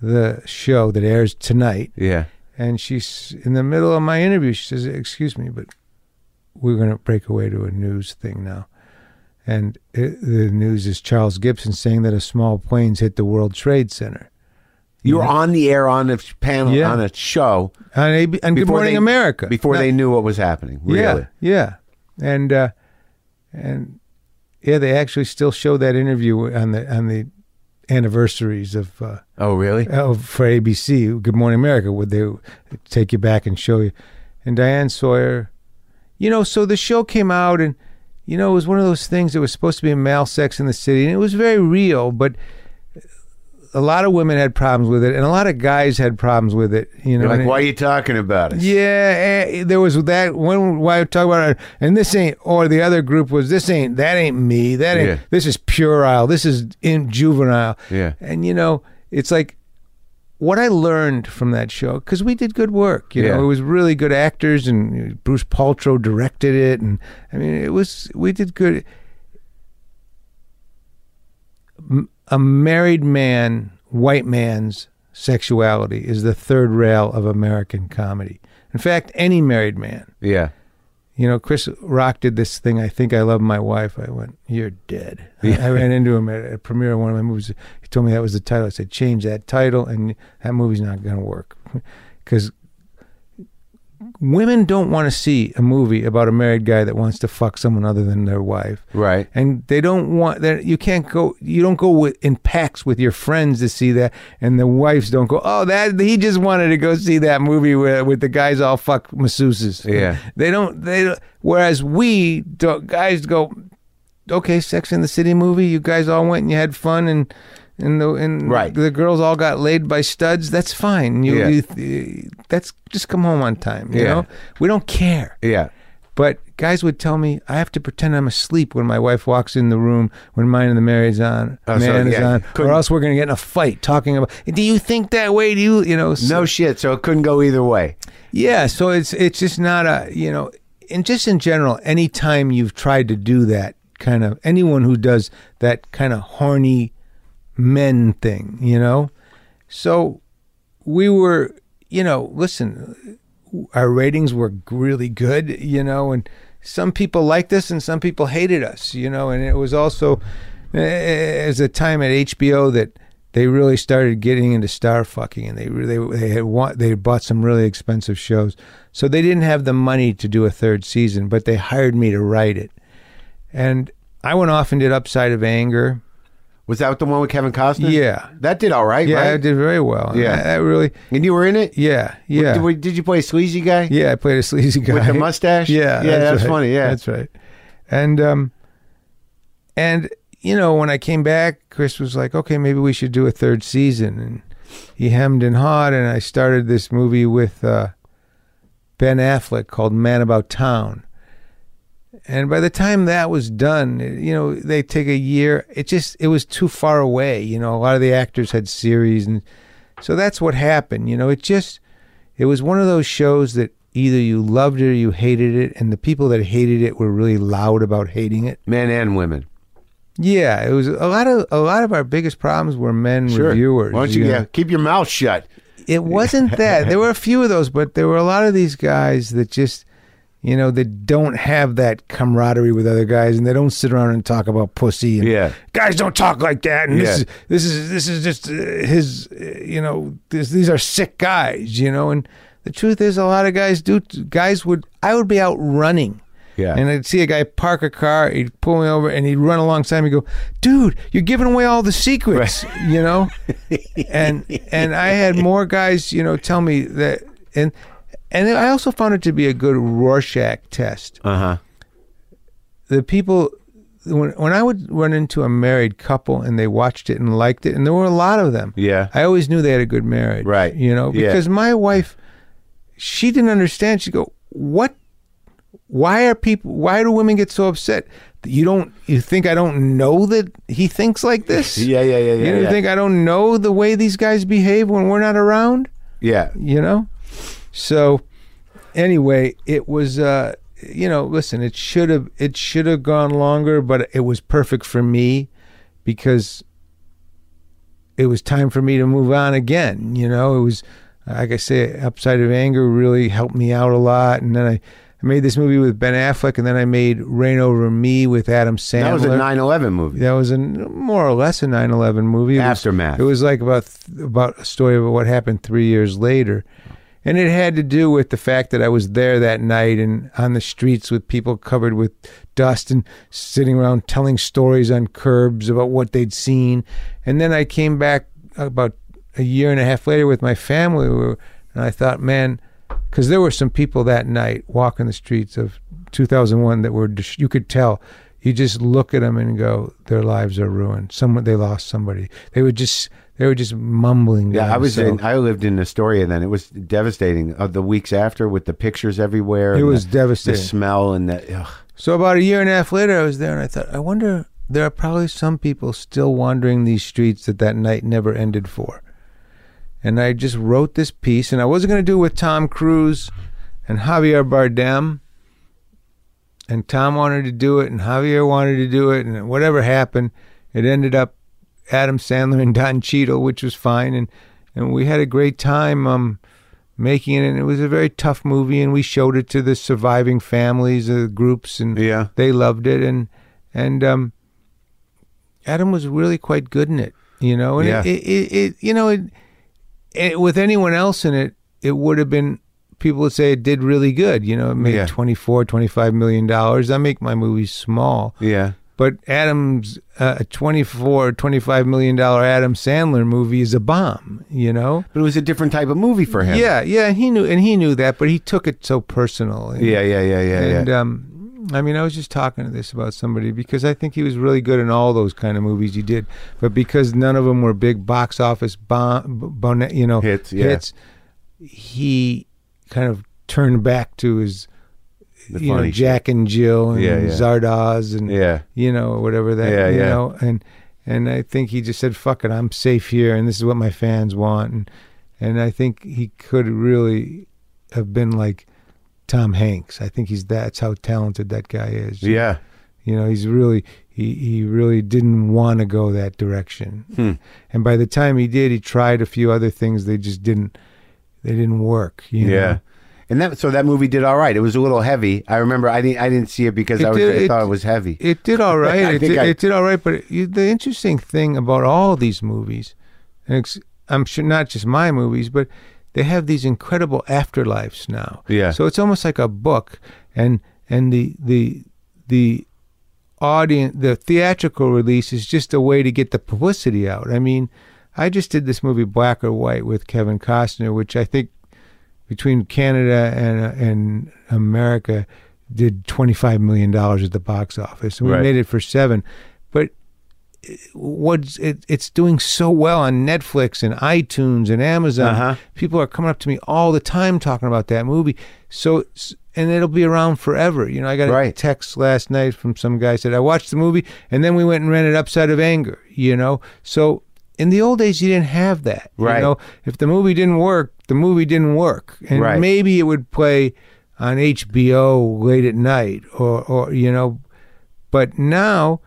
S1: the show that airs tonight.
S2: yeah,
S1: And she's in the middle of my interview. She says, "Excuse me, but we're going to break away to a news thing now." And it, the news is Charles Gibson saying that a small plane's hit the World Trade Center
S2: you were on the air on a panel
S1: Yeah.
S2: on a show
S1: on, AB, on Good
S2: Before
S1: Morning
S2: they-
S1: America
S2: before
S1: No,
S2: they knew what was happening. Really?
S1: Yeah, yeah, and uh, and yeah, they actually still show that interview on the on the anniversaries of. Uh,
S2: Oh, really?
S1: Oh, for ABC, Good Morning America, would they take you back and show you? And Diane Sawyer, you know, so the show came out, and you know, it was one of those things that was supposed to be a male sex in the city, and it was very real, but a lot of women had problems with it, and a lot of guys had problems with it. You know,
S2: You're like,
S1: and-
S2: why are you talking about it?
S1: yeah, eh, there was that one. Why I talk about it? And this ain't, or the other group was this ain't that ain't me. That ain't
S2: Yeah.
S1: this is puerile. This is in juvenile.
S2: Yeah.
S1: and you know, it's like what I learned from that show because we did good work. You
S2: Yeah.
S1: know, it was really good actors, and Bruce Paltrow directed it, and I mean, it was we did good. M- A married man, white man's sexuality is the third rail of American comedy. In fact, any married man.
S2: Yeah.
S1: You know, Chris Rock did this thing. I think I love my wife. I went, "You're dead." I, I ran into him at a premiere of one of my movies. He told me that was the title. I said, "Change that title, and that movie's not going to work," (laughs) because women don't want to see a movie about a married guy that wants to fuck someone other than their wife
S2: Right.
S1: and they don't want that you can't go you don't go with, in packs with your friends to see that and the wives don't go oh that he just wanted to go see that movie where, with the guys all fuck masseuses
S2: Yeah.
S1: they don't they don't- whereas we don't, guys go okay sex in the city movie you guys all went and you had fun and and the and
S2: Right.
S1: the girls all got laid by studs that's fine you,
S2: Yeah.
S1: you that's just come home on time you
S2: Yeah.
S1: know we don't care
S2: Yeah.
S1: but guys would tell me I have to pretend I'm asleep when my wife walks in the room when mine and the Mary's on,
S2: Oh, so,
S1: man is
S2: yeah,
S1: on, or
S2: couldn't-
S1: else we're gonna get in a fight talking about. Do you think that way? Do you you know? so-
S2: No shit. So it couldn't go either way.
S1: yeah, so it's it's just not a you know, and just in general, any time you've tried to do that kind of anyone who does that kind of horny men thing, you know. So we were, you know, listen, our ratings were g- really good, you know, and some people liked us and some people hated us, you know, and it was also eh, as a time at HBO that they really started getting into star fucking and they really they had want, they had bought some really expensive shows. So they didn't have the money to do a third season, but they hired me to write it. And I went off and did Upside of Anger.
S2: Was that the one with Kevin Costner?
S1: Yeah.
S2: That did all right,
S1: Yeah, I
S2: right?
S1: did very well. And
S2: Hmm. Yeah.
S1: that, that really.
S2: And you were in it?
S1: Yeah, yeah.
S2: Did, we- did you play sleazy guy?
S1: Yeah, I played a sleazy guy
S2: With the mustache?
S1: Yeah,
S2: Yeah, that's
S1: right.
S2: funny, yeah.
S1: that's right. And um, and you know, when I came back, Chris was like, "Okay, maybe we should do a third season." And he hemmed and hawed, and I started this movie with uh, Ben Affleck called Man About Town. And by the time that was done, it- you know, they take a year. It just it was too far away. You know, a lot of the actors had series, and so that's what happened. You know, it just it was one of those shows that either you loved it or you hated it, and the people that hated it were really loud about hating it.
S2: Men and women.
S1: Yeah, it was a lot of a lot of our biggest problems were men reviewers.
S2: Why don't you
S1: know?
S2: yeah, keep your mouth shut?
S1: It
S2: (laughs)
S1: wasn't that there were a few of those, but there were a lot of these guys that just. You know, that don't have that camaraderie with other guys and they don't sit around and talk about pussy and
S2: Yeah.
S1: guys don't talk like that and
S2: Yeah.
S1: this is this is this is just uh, his uh, you know this, these are sick guys you know and the truth is a lot of guys do guys would i would be out running
S2: Yeah.
S1: and i'd see a guy park a car he'd pull me over and he'd run alongside me and go dude you're giving away all the secrets you
S2: (laughs)
S1: know and and i had more guys you know tell me that and and i also found it to be a good rorschach test
S2: Uh huh.
S1: the people when when I would run into a married couple and they watched it and liked it, and there were a lot of them.
S2: Yeah.
S1: I always knew they had a good marriage,
S2: Right.
S1: You know,
S2: Yeah.
S1: because my wife, she didn't understand. She would go, what? Why are people? Why do women get so upset? You don't. You think I don't know that he thinks like this?
S2: (laughs) Yeah, yeah, yeah, yeah.
S1: You don't
S2: yeah.
S1: think I don't know the way these guys behave when we're not around?
S2: yeah.
S1: you know so anyway it was uh you know listen it should have it should have gone longer but it was perfect for me because it was time for me to move on again you know it was like i say upside of anger really helped me out a lot and then i I made this movie with Ben Affleck, and then I made Rain Over Me with Adam Sandler.
S2: That was a 9/11 movie.
S1: That was a more or less a 9/11 movie. It was-
S2: Aftermath.
S1: It was, like about th- about a story of what happened three years later, and it had to do with the fact that I was there that night and on the streets with people covered with dust and sitting around telling stories on curbs about what they'd seen, and then I came back about a year and a half later with my family, we were- and I thought, man, because there were some people that night walking the streets of 2001 that were dis- you could tell you just look at them and go their lives are ruined someone they lost somebody they would just they They were just mumbling.
S2: Yeah,
S1: down
S2: I was
S1: south.
S2: in. I lived in Astoria then. It was devastating. Uh, the weeks after, with the pictures everywhere,
S1: It
S2: and
S1: was
S2: the,
S1: devastating.
S2: The smell and the. Ugh.
S1: So about a year and a half later, I was there, and I thought, I wonder. There are probably some people still wandering these streets that that night never ended for. And I just wrote this piece, and I wasn't going to do it with Tom Cruise and Javier Bardem. And Tom wanted to do it, and Javier wanted to do it, and whatever happened, it ended up Adam Sandler and Don Cheadle, which was fine, and and we had a great time. Um, making it and it was a very tough movie and we showed it to the surviving families uh, groups and
S2: Yeah.
S1: they loved it and and um adam was really quite good in it you know and
S2: Yeah.
S1: it, it, it, it you know it, it with anyone else in it it would have been people would say it did really good you know it made
S2: Yeah.
S1: twenty four, twenty five million 24 25 million dollars i make my movies small
S2: Yeah.
S1: but adam's uh, a 24 25 million dollar adam sandler movie is a bomb you know
S2: But it was a different type of movie for him.
S1: yeah, yeah, and he knew, and he knew that, but he took it so personal. And,
S2: Yeah. Yeah. Yeah. Yeah.
S1: and
S2: yeah.
S1: um, I mean, I was just talking to this about somebody because I think he was really good in all those kind of movies he did, but because none of them were big box office bomb, bon- you know,
S2: Hits, yeah.
S1: hits, he kind of turned back to his,
S2: The
S1: you know,
S2: funny shit.
S1: Jack and Jill and
S2: Yeah, yeah.
S1: Zardoz and
S2: yeah.
S1: you know, whatever that,
S2: Yeah,
S1: you
S2: yeah.
S1: know, and and I think he just said, "Fuck it, I'm safe here, and this is what my fans want," and and I think he could really have been like Tom Hanks. I think he's that's how talented that guy is.
S2: Yeah.
S1: you know, he's really he he really didn't want to go that direction,
S2: Hmm.
S1: and by the time he did, he tried a few other things. They just didn't they didn't work. You know?
S2: Yeah. And that so that movie did all right. It was a little heavy. I remember I didn't I didn't see it because
S1: It
S2: I, was,
S1: did-
S2: I
S1: it-
S2: thought it was heavy.
S1: It did all right.
S2: (laughs) I
S1: it,
S2: think
S1: did,
S2: I-
S1: it did all right. But you the interesting thing about all these movies, and it's, I'm sure not just my movies, but they have these incredible afterlives now.
S2: Yeah.
S1: So it's almost like a book, and and the the the audience, the theatrical release is just a way to get the publicity out. I mean, I just did this movie Black or White with Kevin Costner, which I think between Canada and uh, and America did twenty five million dollars at the box office, and we
S2: Right.
S1: made it for seven. But it- what's it, it's doing so well on Netflix and iTunes and Amazon.
S2: Uh-huh.
S1: People are coming up to me all the time talking about that movie. So it's- and it'll be around forever. You know, I got a
S2: Right.
S1: text last night from some guy said I watched the movie and then we went and rented Upside of Anger. You know, so. In the old days, you didn't have that.
S2: Right.
S1: You know, if the movie didn't work, the movie didn't work, and
S2: Right.
S1: maybe it would play on HBO late at night, or or you know, but now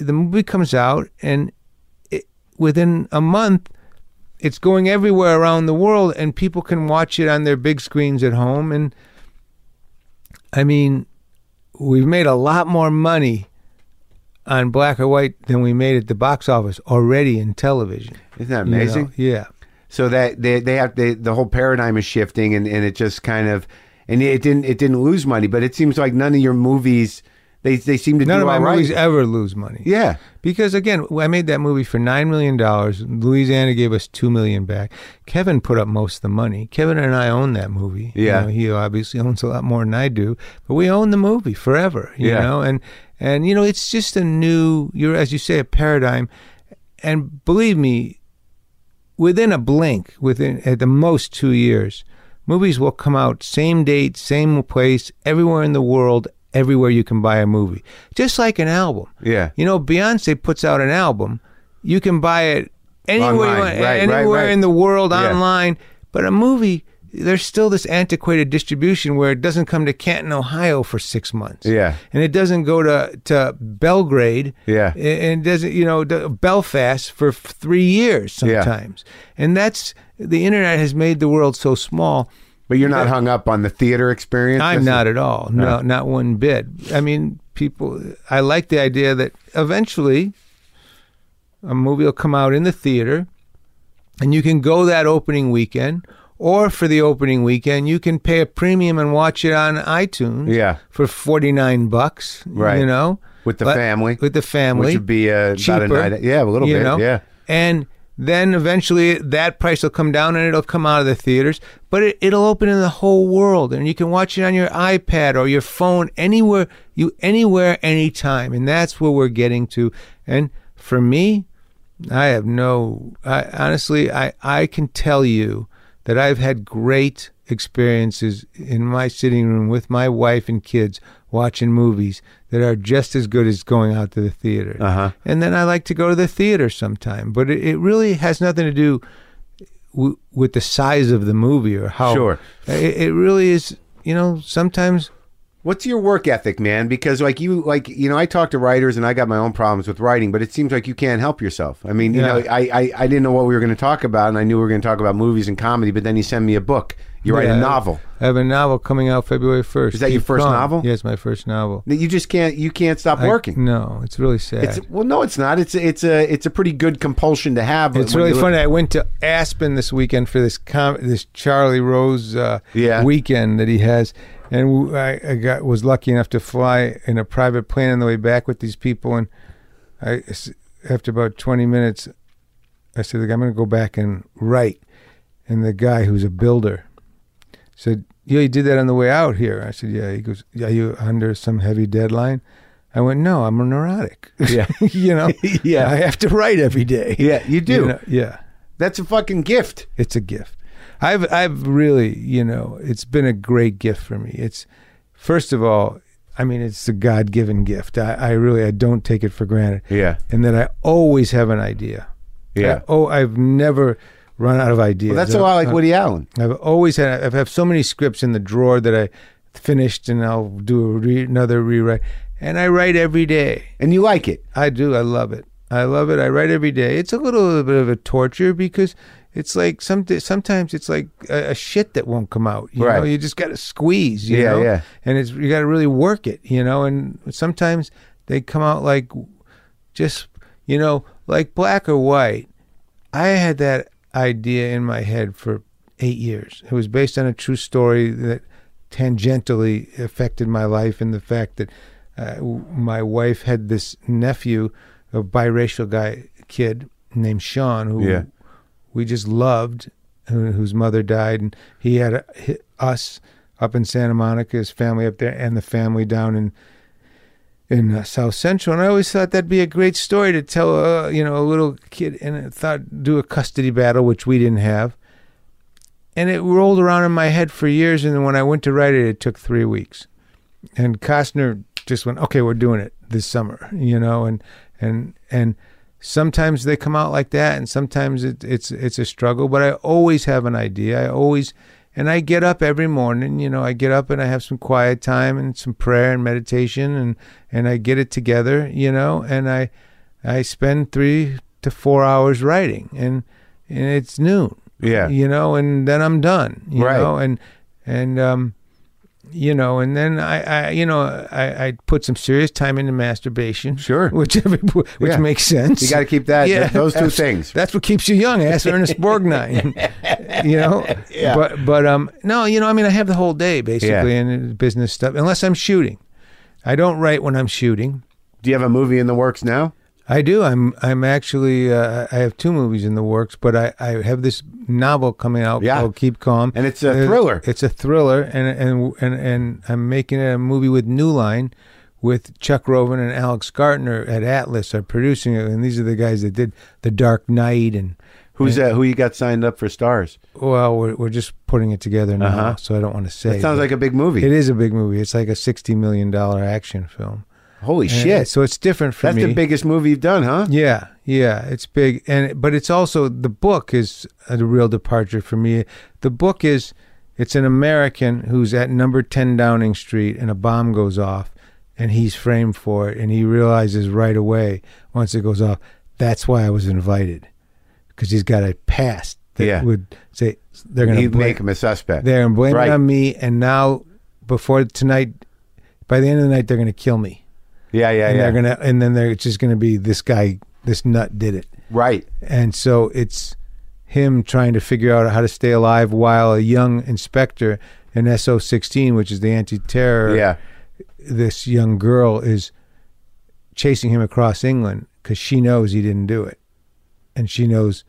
S1: the movie comes out, and it, within a month, it's going everywhere around the world, and people can watch it on their big screens at home, and I mean, we've made a lot more money on black or white than we made at the box office already in television.
S2: Isn't that
S1: you know?
S2: amazing?
S1: Yeah.
S2: So that they they have they, the whole paradigm is shifting and, and it just kind of and it didn't it didn't lose money, but it seems like none of your movies they they seem to
S1: None
S2: do
S1: of my
S2: all right.
S1: movies ever lose money.
S2: yeah.
S1: Because again, I made that movie for nine million dollars. Louisiana gave us two million back. Kevin put up most of the money. Kevin and I own that movie. You
S2: Yeah.
S1: know, he obviously owns a lot more than I do, but we own the movie forever. You
S2: Yeah.
S1: know, and and you know, it's just a new, you're as you say, a paradigm. And believe me, within a blink, within at the most two years, movies will come out same date, same place, everywhere in the world, everywhere you can buy a movie, just like an album.
S2: Yeah.
S1: You know, Beyonce puts out an album. You can buy it anywhere, you
S2: Online,
S1: want,
S2: right, right,
S1: anywhere
S2: right.
S1: in the world
S2: Yeah.
S1: online. But a movie, there's still this antiquated distribution where it doesn't come to Canton, Ohio for six months.
S2: Yeah.
S1: And it doesn't go to, to Belgrade.
S2: Yeah.
S1: And and doesn't, you know, to Belfast for f- three years
S2: Yeah.
S1: sometimes. And that's, the internet has made the world so small.
S2: But you're not hung up on the theater experience.
S1: I'm
S2: That's-
S1: not at all. No, not one bit. I mean, people. I like the idea that eventually a movie will come out in the theater, and you can go that opening weekend, or for the opening weekend, you can pay a premium and watch it on iTunes.
S2: Yeah.
S1: for forty nine bucks.
S2: Right.
S1: You know,
S2: With the
S1: But-
S2: family,
S1: With the family,
S2: which would be uh, about a
S1: cheaper,
S2: night. Yeah, a little
S1: you
S2: bit.
S1: know?
S2: Yeah.
S1: And then eventually that price will come down and it'll come out of the theaters, but it, it'll open in the whole world and you can watch it on your iPad or your phone anywhere you anywhere anytime. And that's where we're getting to. And for me, I have no. I honestly, I I can tell you that I've had great experiences in my sitting room with my wife and kids watching movies that are just as good as going out to the theater.
S2: Uh-huh.
S1: And then I like to go to the theater sometime, but it, it really has nothing to do w- with the size of the movie or how.
S2: Sure.
S1: It, it really is. You know, sometimes
S2: What's your work ethic, man? Because like you, like you know, I talk to writers, and I got my own problems with writing, but it seems like you can't help yourself. I mean, you
S1: Yeah.
S2: know, I, I I didn't know what we were going to talk about, and I knew we were going to talk about movies and comedy, but then you send me a book. You write
S1: Yeah.
S2: a novel.
S1: I have a novel coming out February 1st.
S2: Is that your
S1: Keep
S2: first
S1: Calm.
S2: novel?
S1: Yes, my first novel.
S2: that You just can't. You can't stop
S1: I-
S2: working.
S1: no, it's really sad. It's,
S2: It's well, no, it's not. It's it's a it's a pretty good compulsion to have. when
S1: really
S2: you look-
S1: funny. I went to Aspen this weekend for this com- this Charlie Rose uh,
S2: Yeah.
S1: weekend that he has, and w- I, I got was lucky enough to fly in a private plane on the way back with these people, and I s- after about twenty minutes, I said, "I'm going to go back and write," and the guy who's a builder said, "Yeah, you did that on the way out here." I said, "Yeah." He goes, "Are you under some heavy deadline?" I went, "No, I'm a neurotic."
S2: Yeah.
S1: (laughs) you know.
S2: (laughs) Yeah.
S1: I have to write every day. (laughs)
S2: Yeah, you do.
S1: know, yeah,
S2: That's a fucking gift.
S1: it's a gift. I've I've really you know it's been a great gift for me. It's first of all, I mean it's a God given gift. I, I really I don't take it for granted.
S2: Yeah.
S1: and that I always have an idea.
S2: Yeah.
S1: I- oh, I've never run out of ideas.
S2: Well, that's
S1: I-
S2: a lot like
S1: I-
S2: Woody Allen.
S1: I've always had. I've had so many scripts in the drawer that I finished, and I'll do a re, another rewrite. And I write every day.
S2: And you like it.
S1: I do. I love it. I love it. I write every day. It's a little bit of a torture because it's like some sometimes it's like a, a shit that won't come out. You
S2: Right.
S1: know, you just got to squeeze. You
S2: Yeah,
S1: know?
S2: yeah.
S1: And it's you got to really work it. You know, and sometimes they come out like just you know like black or white. I had that idea in my head for eight years. It was based on a true story that tangentially affected my life, and the fact that uh, w- my wife had this nephew, a biracial guy kid named Sean, who
S2: Yeah.
S1: we just loved, who, whose mother died, and he had a, hi us up in Santa Monica, his family up there, and the family down in in uh, South Central, and I always thought that'd be a great story to tell, uh, you know, a little kid, and I thought do a custody battle, which we didn't have, and it rolled around in my head for years, and then when I went to write it, it took three weeks, and Costner just went, okay, we're doing it this summer, you know, and and and sometimes they come out like that, and sometimes it, it's it's a struggle, but I always have an idea, I always. And I get up every morning, you know, I get up and I have some quiet time and some prayer and meditation and and I get it together, you know, and I I spend three to four hours writing, and and it's noon,
S2: Yeah.
S1: you know, and then I'm done, you
S2: Right.
S1: know, and and um, you know, and then I, I you know I, I put some serious time into masturbation,
S2: Sure.
S1: (laughs) which every, which
S2: Yeah.
S1: makes sense.
S2: You got to keep that.
S1: Yeah.
S2: those two
S1: That's-
S2: things.
S1: That's what keeps you young. Ask
S2: (laughs)
S1: Ernest Borgnine. you know,
S2: Yeah.
S1: but but um, no, you know, I mean, I have the whole day basically and in business stuff, unless I'm shooting. I don't write when I'm shooting.
S2: Do you have a movie in the works now?
S1: I do. I'm I'm actually uh, I have two movies in the works, but I, I have this novel coming out
S2: Yeah.
S1: called Keep Calm,
S2: And it's a
S1: Uh,
S2: thriller.
S1: It's a thriller, and and and and I'm making a movie with New Line, with Chuck Roven and Alex Gartner at Atlas are producing it, and these are the guys that did The Dark Knight, and
S2: Who's uh, who you got signed up for stars?
S1: well, we're we're just putting it together now,
S2: Uh-huh.
S1: so I don't want to say.
S2: That sounds
S1: but
S2: like a big movie.
S1: it is a big movie. It's like a sixty million dollar action film.
S2: Holy
S1: And-
S2: shit!
S1: so it's different for
S2: That's
S1: me.
S2: the biggest movie you've done, huh?
S1: Yeah, yeah, it's big, and but it's also the book is a real departure for me. The book is it's an American who's at number ten Downing Street, and a bomb goes off, and he's framed for it, and he realizes right away once it goes off that's why I was invited because he's got a past that
S2: Yeah.
S1: would say they're going to
S2: He'd make him a suspect.
S1: they're gonna blame
S2: Right.
S1: it on me, and now before tonight, by the end of the night, they're going to kill me.
S2: yeah, yeah,
S1: And
S2: yeah.
S1: they're gonna, and then they're it's just gonna be this guy, this nut did it,
S2: right.
S1: and so it's him trying to figure out how to stay alive while a young inspector in SO16, which is the anti-terror,
S2: Yeah.
S1: this young girl is chasing him across England because she knows he didn't do it, and she knows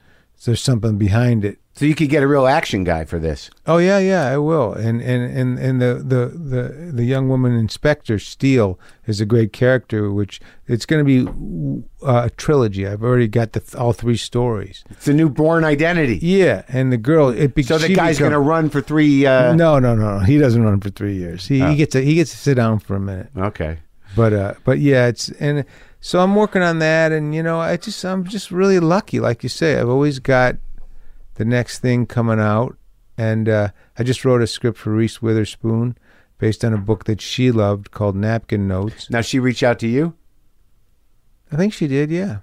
S1: there's something behind it,
S2: So you could get a real action guy for this.
S1: Oh yeah, yeah, I will. And and and and the the the, the young woman inspector Steele is a great character, which it's going to be uh, a trilogy. I've already got the all three stories.
S2: It's the new born identity.
S1: Yeah, and the girl. It be,
S2: So the
S1: she
S2: guy's
S1: become-
S2: going to run for three. Uh, Oh.
S1: No, no, no, no. He doesn't run for three years. He, he gets to, he gets to sit down for a minute.
S2: Okay.
S1: But uh, but yeah, it's and so I'm working on that, and you know, I just I'm just really lucky, like you say. I've always got the next thing coming out, and uh, I just wrote a script for Reese Witherspoon based on a book that she loved called Napkin Notes.
S2: Now she reached out to you.
S1: I think she did, yeah.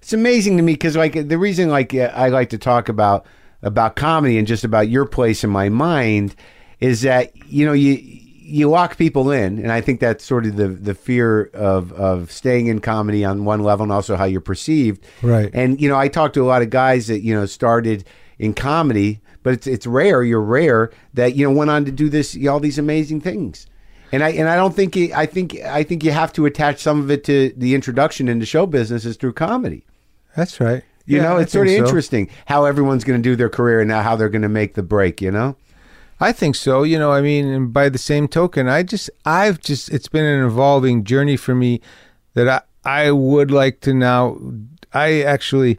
S2: It's amazing to me because like the reason like uh, I like to talk about about comedy and just about your place in my mind is that you know you you lock people in and I think that's sort of the the fear of of staying in comedy on one level and also how you're perceived
S1: Right.
S2: and you know I talk to a lot of guys that you know started in comedy but it's it's rare you're rare that you know went on to do this all these amazing things and I and I don't think it, I think I think you have to attach some of it to the introduction into show business is through comedy.
S1: That's right.
S2: You
S1: Yeah,
S2: know,
S1: I
S2: it's sort of
S1: think so.
S2: interesting how everyone's going to do their career and now how they're going to make the break. You know,
S1: I think so. You know, I mean, and by the same token, I just, I've just, it's been an evolving journey for me that I, I would like to now. I actually,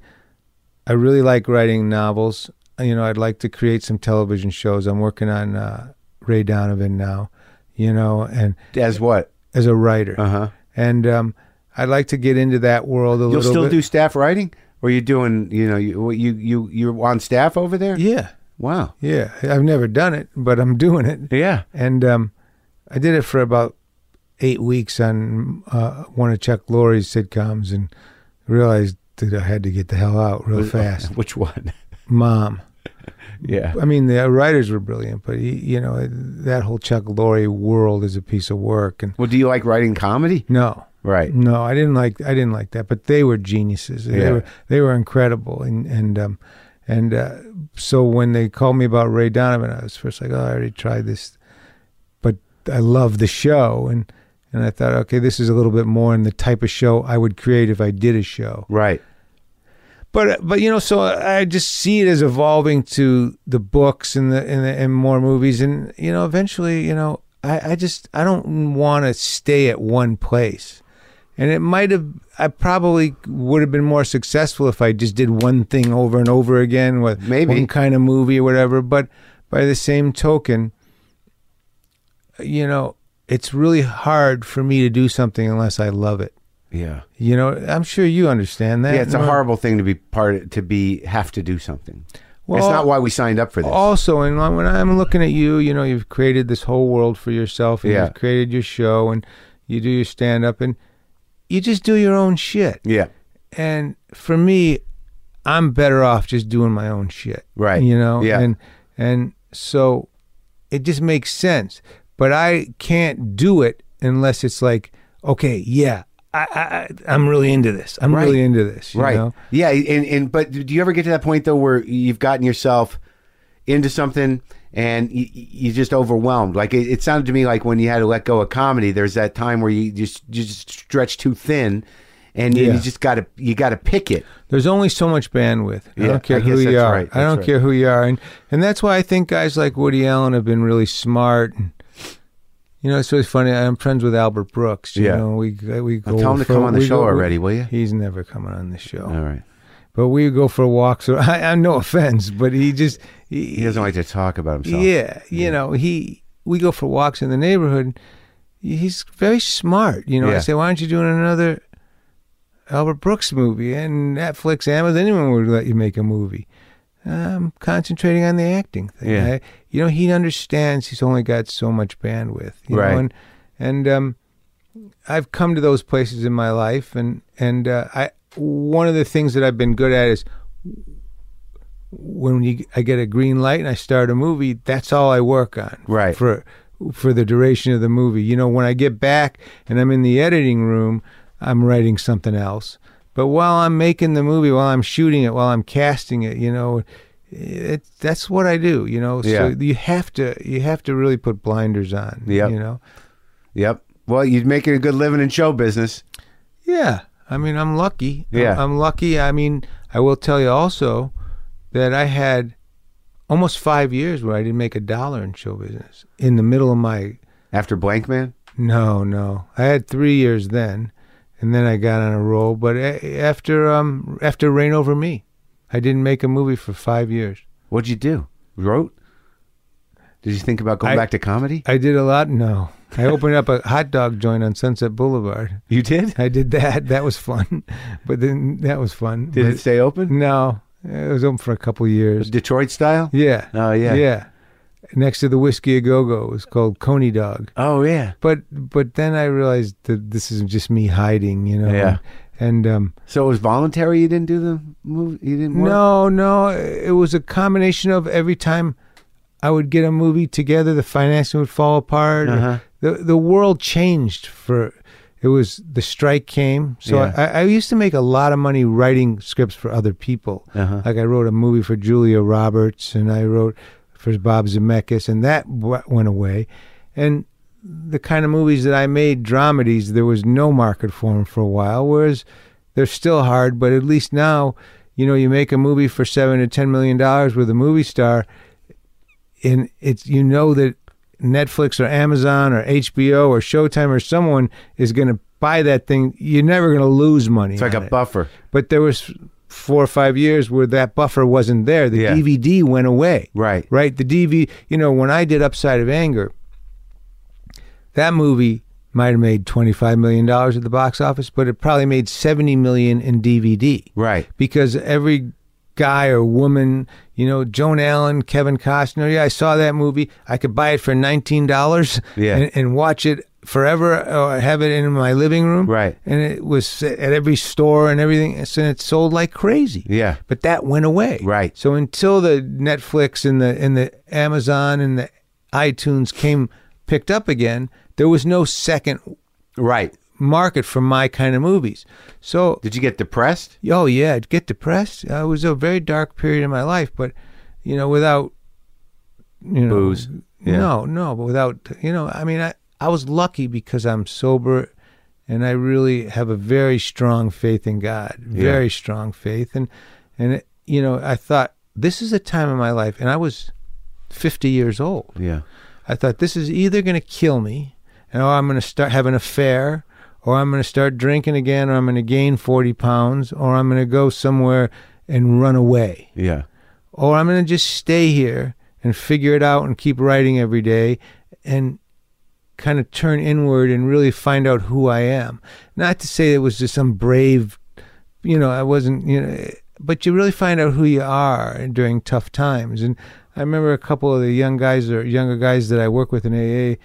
S1: I really like writing novels. You know, I'd like to create some television shows. I'm working on uh, Ray Donovan now. You know, and
S2: as what?
S1: as a writer,
S2: Uh huh.
S1: and um, I'd like to get into that world a
S2: You'll
S1: little
S2: still
S1: bit.
S2: do staff writing, or you doing? You know, you you you you're on staff over there.
S1: yeah,
S2: Wow.
S1: yeah. I've never done it, but I'm (laughs) doing it.
S2: Yeah.
S1: and um, I did it for about eight weeks on uh, one of Chuck Lorre's sitcoms, and realized that I had to get the hell out real fast.
S2: (laughs) Which one?
S1: Mom,
S2: yeah.
S1: I mean, the writers were brilliant, but he, you know that whole Chuck Lorre world is a piece of work. And
S2: Well, do you like writing comedy?
S1: no,
S2: Right.
S1: no, I didn't like I didn't like that, but they were geniuses. They
S2: Yeah.
S1: were they were incredible, and and um, and uh, so when they called me about Ray Donovan, I was first like, oh, I already tried this, but I love the show, and and I thought, okay, this is a little bit more in the type of show I would create if I did a show.
S2: Right.
S1: But but you know, so I just see it as evolving to the books and the and, the, and more movies, and you know, eventually, you know, I, I just I don't want to stay at one place, and it might have I probably would have been more successful if I just did one thing over and over again with
S2: Maybe.
S1: one kind of movie or whatever. But by the same token, you know, it's really hard for me to do something unless I love it.
S2: Yeah.
S1: You know, I'm sure you understand that.
S2: Yeah, it's a
S1: Norm.
S2: horrible thing to be part to be have to do something. it's
S1: Well,
S2: not why we signed up for this.
S1: Also, and when I'm looking at you, you know, you've created this whole world for yourself, and
S2: Yeah.
S1: you've created your show, and you do your stand up, and you just do your own shit.
S2: yeah,
S1: And for me, I'm better off just doing my own shit.
S2: Right.
S1: You know.
S2: Yeah.
S1: And and so it just makes sense. But I can't do it unless it's like, okay, yeah, I, I I- I'm really into this. I'm
S2: Right.
S1: really into this. you
S2: right.
S1: know?
S2: Yeah, and and but do you ever get to that point though where you've gotten yourself into something and you, you're just overwhelmed? Like it, it sounded to me like when you had to let go of comedy, there's that time where you just you just stretch too thin, and you-
S1: Yeah.
S2: you just got to you got to pick it.
S1: There's only so much bandwidth. I
S2: Yeah,
S1: don't care
S2: I
S1: who
S2: guess
S1: you
S2: that's
S1: are.
S2: right,
S1: I don't
S2: that's right.
S1: care who you are, and and that's why I think guys like Woody Allen have been really smart. And you know, it's really funny. I'm friends with Albert Brooks. You
S2: Yeah.
S1: know, we we go.
S2: Now tell him to
S1: for-
S2: come on the
S1: we
S2: show
S1: go- we-
S2: already, will you?
S1: He's never coming on the show.
S2: All right,
S1: But we go for walks. (laughs) Or I, I no offense, but he just he,
S2: he doesn't like to talk about himself.
S1: yeah, you know, he we go for walks in the neighborhood. and He's very smart, you know. I
S2: Yeah.
S1: say, why aren't you doing another Albert Brooks movie? And Netflix, Amazon, anyone would let you make a movie. I'm concentrating on the acting thing.
S2: Yeah.
S1: I- you know, he understands he's only got so much bandwidth. You
S2: Right.
S1: Know? And, and um, I've come to those places in my life, and and uh, I one of the things that I've been good at is when you, I get a green light and I start a movie, that's all I work on.
S2: Right.
S1: For for the duration of the movie. You know, when I get back and I'm in the editing room, I'm writing something else. But while I'm making the movie, while I'm shooting it, while I'm casting it, you know, it, that's what I do, you know.
S2: Yeah.
S1: So you have to you have to really put blinders on,
S2: Yep.
S1: you know.
S2: Yep. Well, you're making a good living in show business.
S1: Yeah, I mean, I'm lucky.
S2: Yeah.
S1: I'm lucky. I mean, I will tell you also that I had almost five years where I didn't make a dollar in show business. In the middle of my
S2: After Blank Man?
S1: no, no, I had three years then, and then I got on a roll. But a- after um after Rain Over Me, I didn't make a movie for five years.
S2: What'd you do? Wrote? Did you think about going
S1: I-
S2: back to comedy?
S1: I did a lot. No,
S2: (laughs)
S1: I opened up a hot dog joint on Sunset Boulevard.
S2: You did?
S1: I did that. That was fun, (laughs) but then that was fun.
S2: Did
S1: But-
S2: it stay open?
S1: No, it was open for a couple of years.
S2: Detroit style?
S1: Yeah.
S2: Oh, yeah.
S1: Yeah. Next to the whiskey a go go was called Coney Dog.
S2: Oh, yeah.
S1: But but then I realized that this is just me hiding, you know.
S2: Yeah.
S1: And um,
S2: So it was voluntary you didn't do the movie? You didn't work?
S1: no, no, it was a combination of every time I would get a movie together, the financing would fall apart.
S2: Uh-huh.
S1: the the world changed for it was the strike came so
S2: Yeah.
S1: I, I used to make a lot of money writing scripts for other people
S2: Uh-huh.
S1: like i wrote a movie for julia roberts and i wrote for bob zemeckis and that w- went away and the kind of movies that i made dramedies there was no market for them for a while whereas they're still hard but at least now you know you make a movie for seven to ten million dollars with a movie star and it's you know that Netflix or Amazon or HBO or Showtime or someone is going to buy that thing. You're never going to lose money.
S2: It's like
S1: on
S2: a
S1: it.
S2: buffer.
S1: but there was four or five years where that buffer wasn't there. The
S2: Yeah.
S1: DVD went away.
S2: Right.
S1: Right. The DV. You know, when I did Upside of Anger, that movie might have made twenty five million dollars at the box office, but it probably made seventy million in DVD
S2: Right.
S1: because every guy or woman, you know, Joan Allen, Kevin Costner, yeah, I saw that movie. I could buy it for nineteen dollars,
S2: Yeah.
S1: and, and watch it forever, or have it in my living room,
S2: Right.
S1: And it was at every store and everything, and so it sold like crazy.
S2: Yeah.
S1: But that went away,
S2: Right.
S1: So until the Netflix and the and the Amazon and the iTunes came picked up again, there was no second
S2: Right.
S1: market for my kind of movies. So
S2: Did you get depressed?
S1: oh yeah, I'd get depressed. Uh, it was a very dark period in my life, but you know, without you know,
S2: Booze. Yeah.
S1: No, no, but without you know, I mean, I I was lucky because I'm sober, and I really have a very strong faith in God, very strong faith, and and it, you know, I thought this is a time in my life, and I was 50 years old.
S2: Yeah.
S1: I thought this is either going to kill me, and or I'm going to start have an affair, or I'm going to start drinking again, or I'm going to gain 40 pounds, or I'm going to go somewhere and run away,
S2: Yeah.
S1: or I'm going to just stay here and figure it out and keep writing every day and kind of turn inward and really find out who I am. Not to say it was just some brave, you know, I wasn't, you know, but you really find out who you are during tough times. And I remember a couple of the young guys or younger guys that I work with in AA.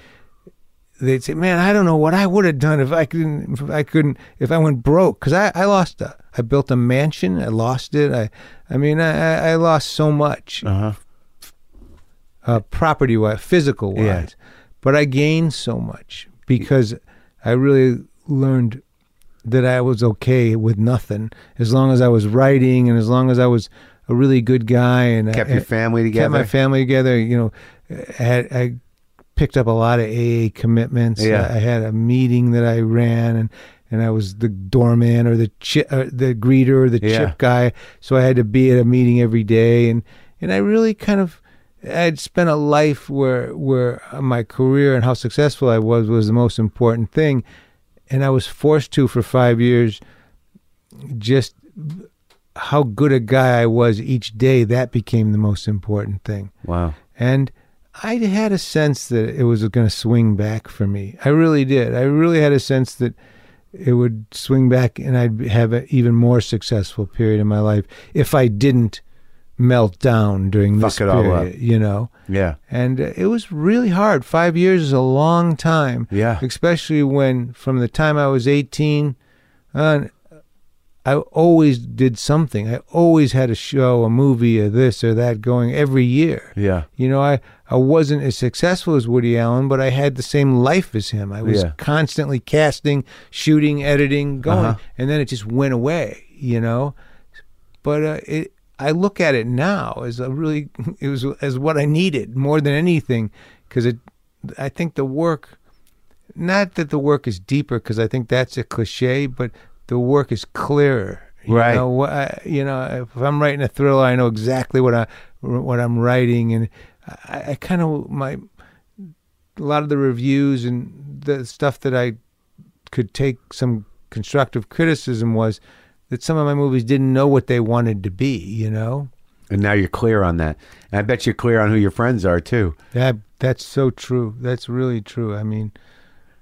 S1: They'd say, "Man, I don't know what I would have done if I couldn't, if I couldn't, if I went broke, because I, I lost, a, I built a mansion, I lost it, I, I mean, I, I- I lost so much,
S2: Uh huh.
S1: uh, property wise, physical wise.
S2: Yeah.
S1: But I gained so much because I really learned that I was okay with nothing as long as I was writing and as long as I was a really good guy and
S2: Kept
S1: I,
S2: your family
S1: kept
S2: together.
S1: my family together. You know, I had I picked up a lot of AA commitments.
S2: Yeah.
S1: I, I had a meeting that I ran and. And I was the doorman or the chi- or the greeter or the
S2: Yeah.
S1: chip guy, so I had to be at a meeting every day, and and I really kind of I'd spent a life where where my career and how successful I was was the most important thing, and I was forced to for five years. Just how good a guy I was each day that became the most important thing,
S2: wow.
S1: and I had a sense that it was going to swing back for me. I really did. I really had a sense that it would swing back, and I'd have an even more successful period in my life if I didn't melt down during this
S2: Fuck it all up.
S1: period. You know
S2: Yeah.
S1: and uh, it was really hard. Five years is a long time,
S2: Yeah.
S1: especially when from the time I was eighteen, on, I always did something. I always had a show, a movie, or this or that going every year.
S2: Yeah.
S1: You know, I, I wasn't as successful as Woody Allen, but I had the same life as him. I was
S2: Yeah.
S1: constantly casting, shooting, editing, going,
S2: Uh-huh.
S1: and then it just went away. You know, but uh, it I look at it now as a really (laughs) it was as what I needed more than anything because it I think the work not that the work is deeper because I think that's a cliche, but the work is clearer. You
S2: Right.
S1: Know, wh- I, you know, if I'm writing a thriller, I know exactly what I, r- what I'm writing, and I, I kind of my a lot of the reviews and the stuff that I could take some constructive criticism was that some of my movies didn't know what they wanted to be. You know,
S2: And now you're clear on that. And I bet you're clear on who your friends are too.
S1: That that's so true. That's really true. I mean,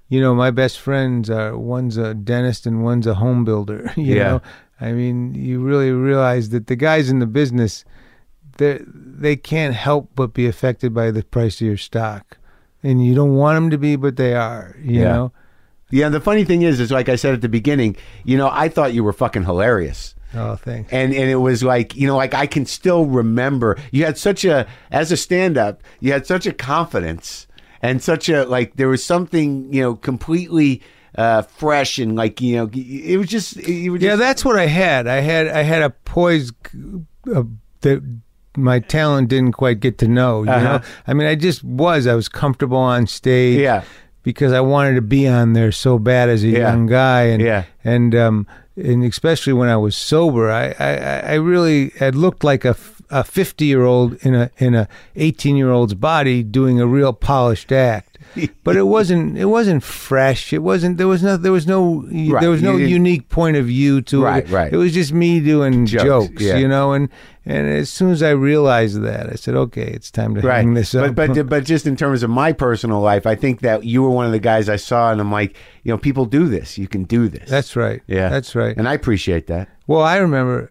S1: you know, my best friends are one's a dentist and one's a home builder. (laughs) You
S2: Yeah.
S1: know, I mean, you really realize that the guys in the business, they they can't help but be affected by the price of your stock, and you don't want them to be, but they are. You
S2: Yeah.
S1: know,
S2: Yeah, and the funny thing is, is like I said at the beginning, you know, I thought you were fucking hilarious.
S1: oh, thanks.
S2: And and it was like, you know, like I can still remember you had such a as a stand up, you had such a confidence and such a like there was something, you know, completely uh fresh and like, you know, it was just you were just
S1: yeah, that's what I had. I had I had a poise uh, that my talent didn't quite get to know. You
S2: Uh-huh.
S1: know, I mean, I just was. I was comfortable on stage.
S2: Yeah.
S1: because I wanted to be on there so bad as a
S2: Yeah.
S1: young guy, and
S2: Yeah.
S1: and um and especially when I was sober, I I, I- I really had looked like a. f- A fifty-year-old in a in a eighteen-year-old's body doing a real polished
S2: (laughs)
S1: act, but it wasn't it wasn't fresh. It wasn't there was no there was no
S2: Right.
S1: there was
S2: You
S1: no
S2: didn't-
S1: unique point of view to
S2: Right,
S1: it.
S2: right.
S1: It was just me doing
S2: Jokes,
S1: jokes,
S2: yeah.
S1: you know. And and as soon as I realized that, I said, okay, it's time to hang this up.
S2: But but but just in terms of my personal life, I think that you were one of the guys I saw, and I'm like, you know, people do this. You can do this.
S1: (laughs) that's right.
S2: yeah,
S1: that's right.
S2: and I appreciate that.
S1: Well, I remember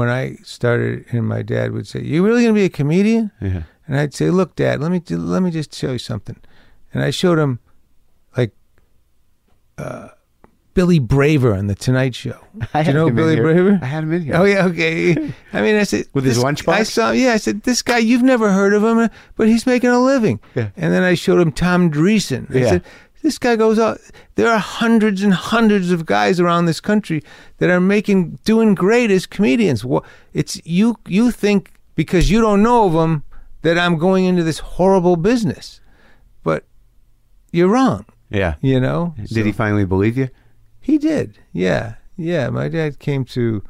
S1: when I started, and my dad would say, "You really gonna be a comedian?"
S2: Yeah.
S1: And I'd say, "Look, Dad, let me ju- let me just show you something." And I showed him, like, uh, Billy Braver on the Tonight Show.
S2: (laughs) I
S1: Do you
S2: had
S1: know
S2: him in
S1: Billy
S2: here.
S1: Braver?
S2: I had him in here.
S1: Oh yeah, okay. (laughs) I mean, I said
S2: With his
S1: this-
S2: lunchbox?
S1: I saw, yeah, I said this guy you've never heard of him, but he's making a living.
S2: Yeah.
S1: And then I showed him Tom Dreesen. I
S2: Yeah.
S1: said this guy goes out. There are hundreds and hundreds of guys around this country that are making doing great as comedians. Wha- It's you you think because you don't know of them that I'm going into this horrible business, but you're wrong.
S2: Yeah.
S1: You know.
S2: Did he finally believe you?
S1: He did. Yeah. Yeah. My dad came to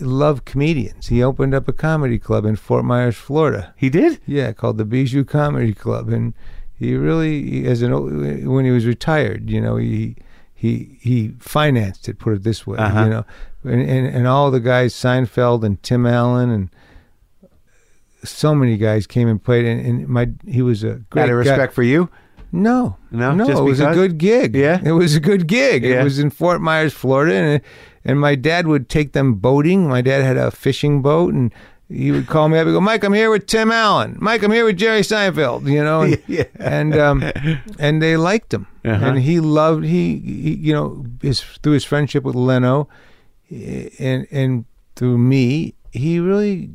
S1: love comedians. He opened up a comedy club in Fort Myers, Florida.
S2: He did.
S1: Yeah, called the Bijou Comedy Club, and he really, he- as an old, when he was retired, you know, he he he financed it. Put it this way,
S2: Uh-huh.
S1: you know, and, and and all the guys, Seinfeld and Tim Allen and. So many guys came and played, and, and my he was a great
S2: Out of
S1: guy.
S2: respect for you.
S1: No,
S2: No?
S1: no.
S2: Just
S1: it was
S2: because?
S1: a good gig.
S2: Yeah?
S1: it was a good gig.
S2: Yeah.
S1: It was in Fort Myers, Florida, and and my dad would take them boating. My dad had a fishing boat, and he would call me up and go, "Mike, I'm here with Tim Allen. Mike, I'm here with Jerry Seinfeld." You know, and
S2: (laughs) Yeah.
S1: and, um, and they liked him,
S2: Uh-huh.
S1: and he loved he, he you know his through his friendship with Leno, eh, and and through me, he really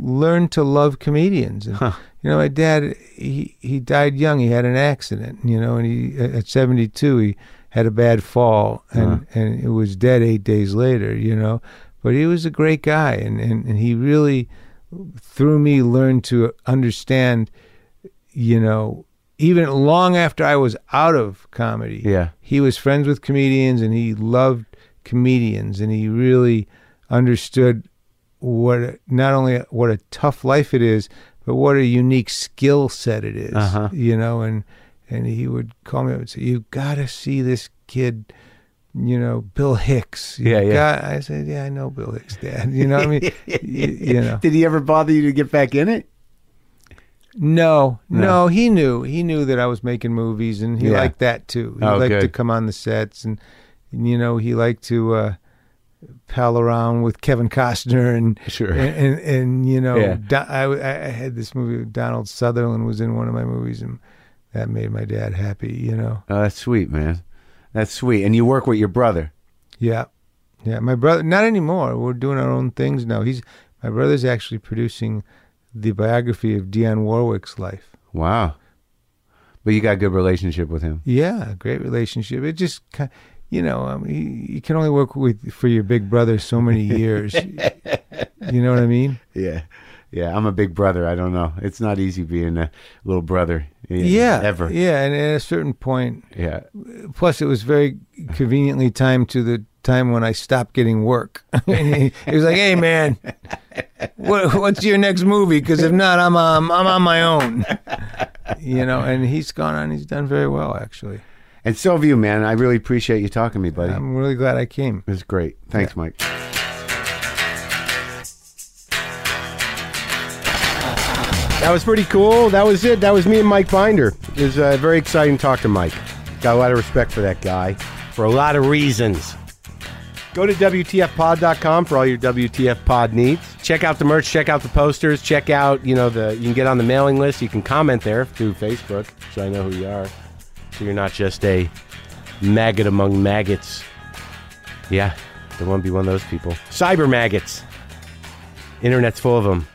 S1: learned to love comedians. And, You know, my dad he he died young. He had an accident. You know, and he at seventy two he had a bad fall, and and it was dead eight days later. You know, but he was a great guy, and and, and he really through me learned to understand. You know, even long after I was out of comedy,
S2: Yeah.
S1: he was friends with comedians and he loved comedians and he really understood what a- not only what a tough life it is but what a unique skill set it is,
S2: Uh-huh.
S1: you know and and he would call me up and say you got to see this kid you know Bill Hicks You
S2: Yeah, yeah.
S1: got-" I said yeah I know Bill Hicks dad you know what I
S2: (laughs)
S1: mean Y- you know
S2: Did he ever bother you to get back in it?
S1: no,
S2: No.
S1: no, He knew. He knew that I was making movies, and he
S2: Yeah.
S1: liked that too. He
S2: Oh,
S1: liked to
S2: good.
S1: come on the sets, and, and, you know, he liked to uh, pal around with Kevin Costner, and
S2: Sure.
S1: and, and, and, you know,
S2: Yeah.
S1: Do- I, I I had this movie. Donald Sutherland was in one of my movies, and that made my dad happy. You know,
S2: Oh, that's sweet, man. That's sweet. And you work with your brother.
S1: yeah, yeah. My brother, not anymore. We're doing our own things now. He's my brother's actually producing the biography of Dionne Warwick's life.
S2: Wow. But you got a good relationship with him.
S1: Yeah, great relationship. It just, ki- you know, I mean, you can only work with for your big brother so many years. you know what I mean?
S2: Yeah. Yeah, I'm a big brother. I don't know. It's not easy being a little brother.
S1: yeah,
S2: Ever.
S1: Yeah, and at a certain point,
S2: Yeah.
S1: plus it was very conveniently timed to the time when I stopped getting work. (laughs) he was like, "Hey, man, what, what's your next movie? Because if not, I'm um, I'm on my own." (laughs) You know, and he's gone on. He's done very well, actually.
S4: And so have you, man. I really appreciate you talking to me, buddy.
S1: I'm really glad I came.
S4: It was great. Thanks, Mike.
S2: That was pretty cool. That was it. That was me and Mike Binder. It was a very exciting talk to Mike. Got a lot of respect for that guy for a lot of reasons. Go to WTFpod.com for all your WTF pod needs. Check out the merch, check out the posters, check out, you know, the you can get on the mailing list. You can comment there through Facebook, so I know who you are. So you're not just a maggot among maggots. Yeah, don't want to be one of those people. Cyber maggots. Internet's full of them.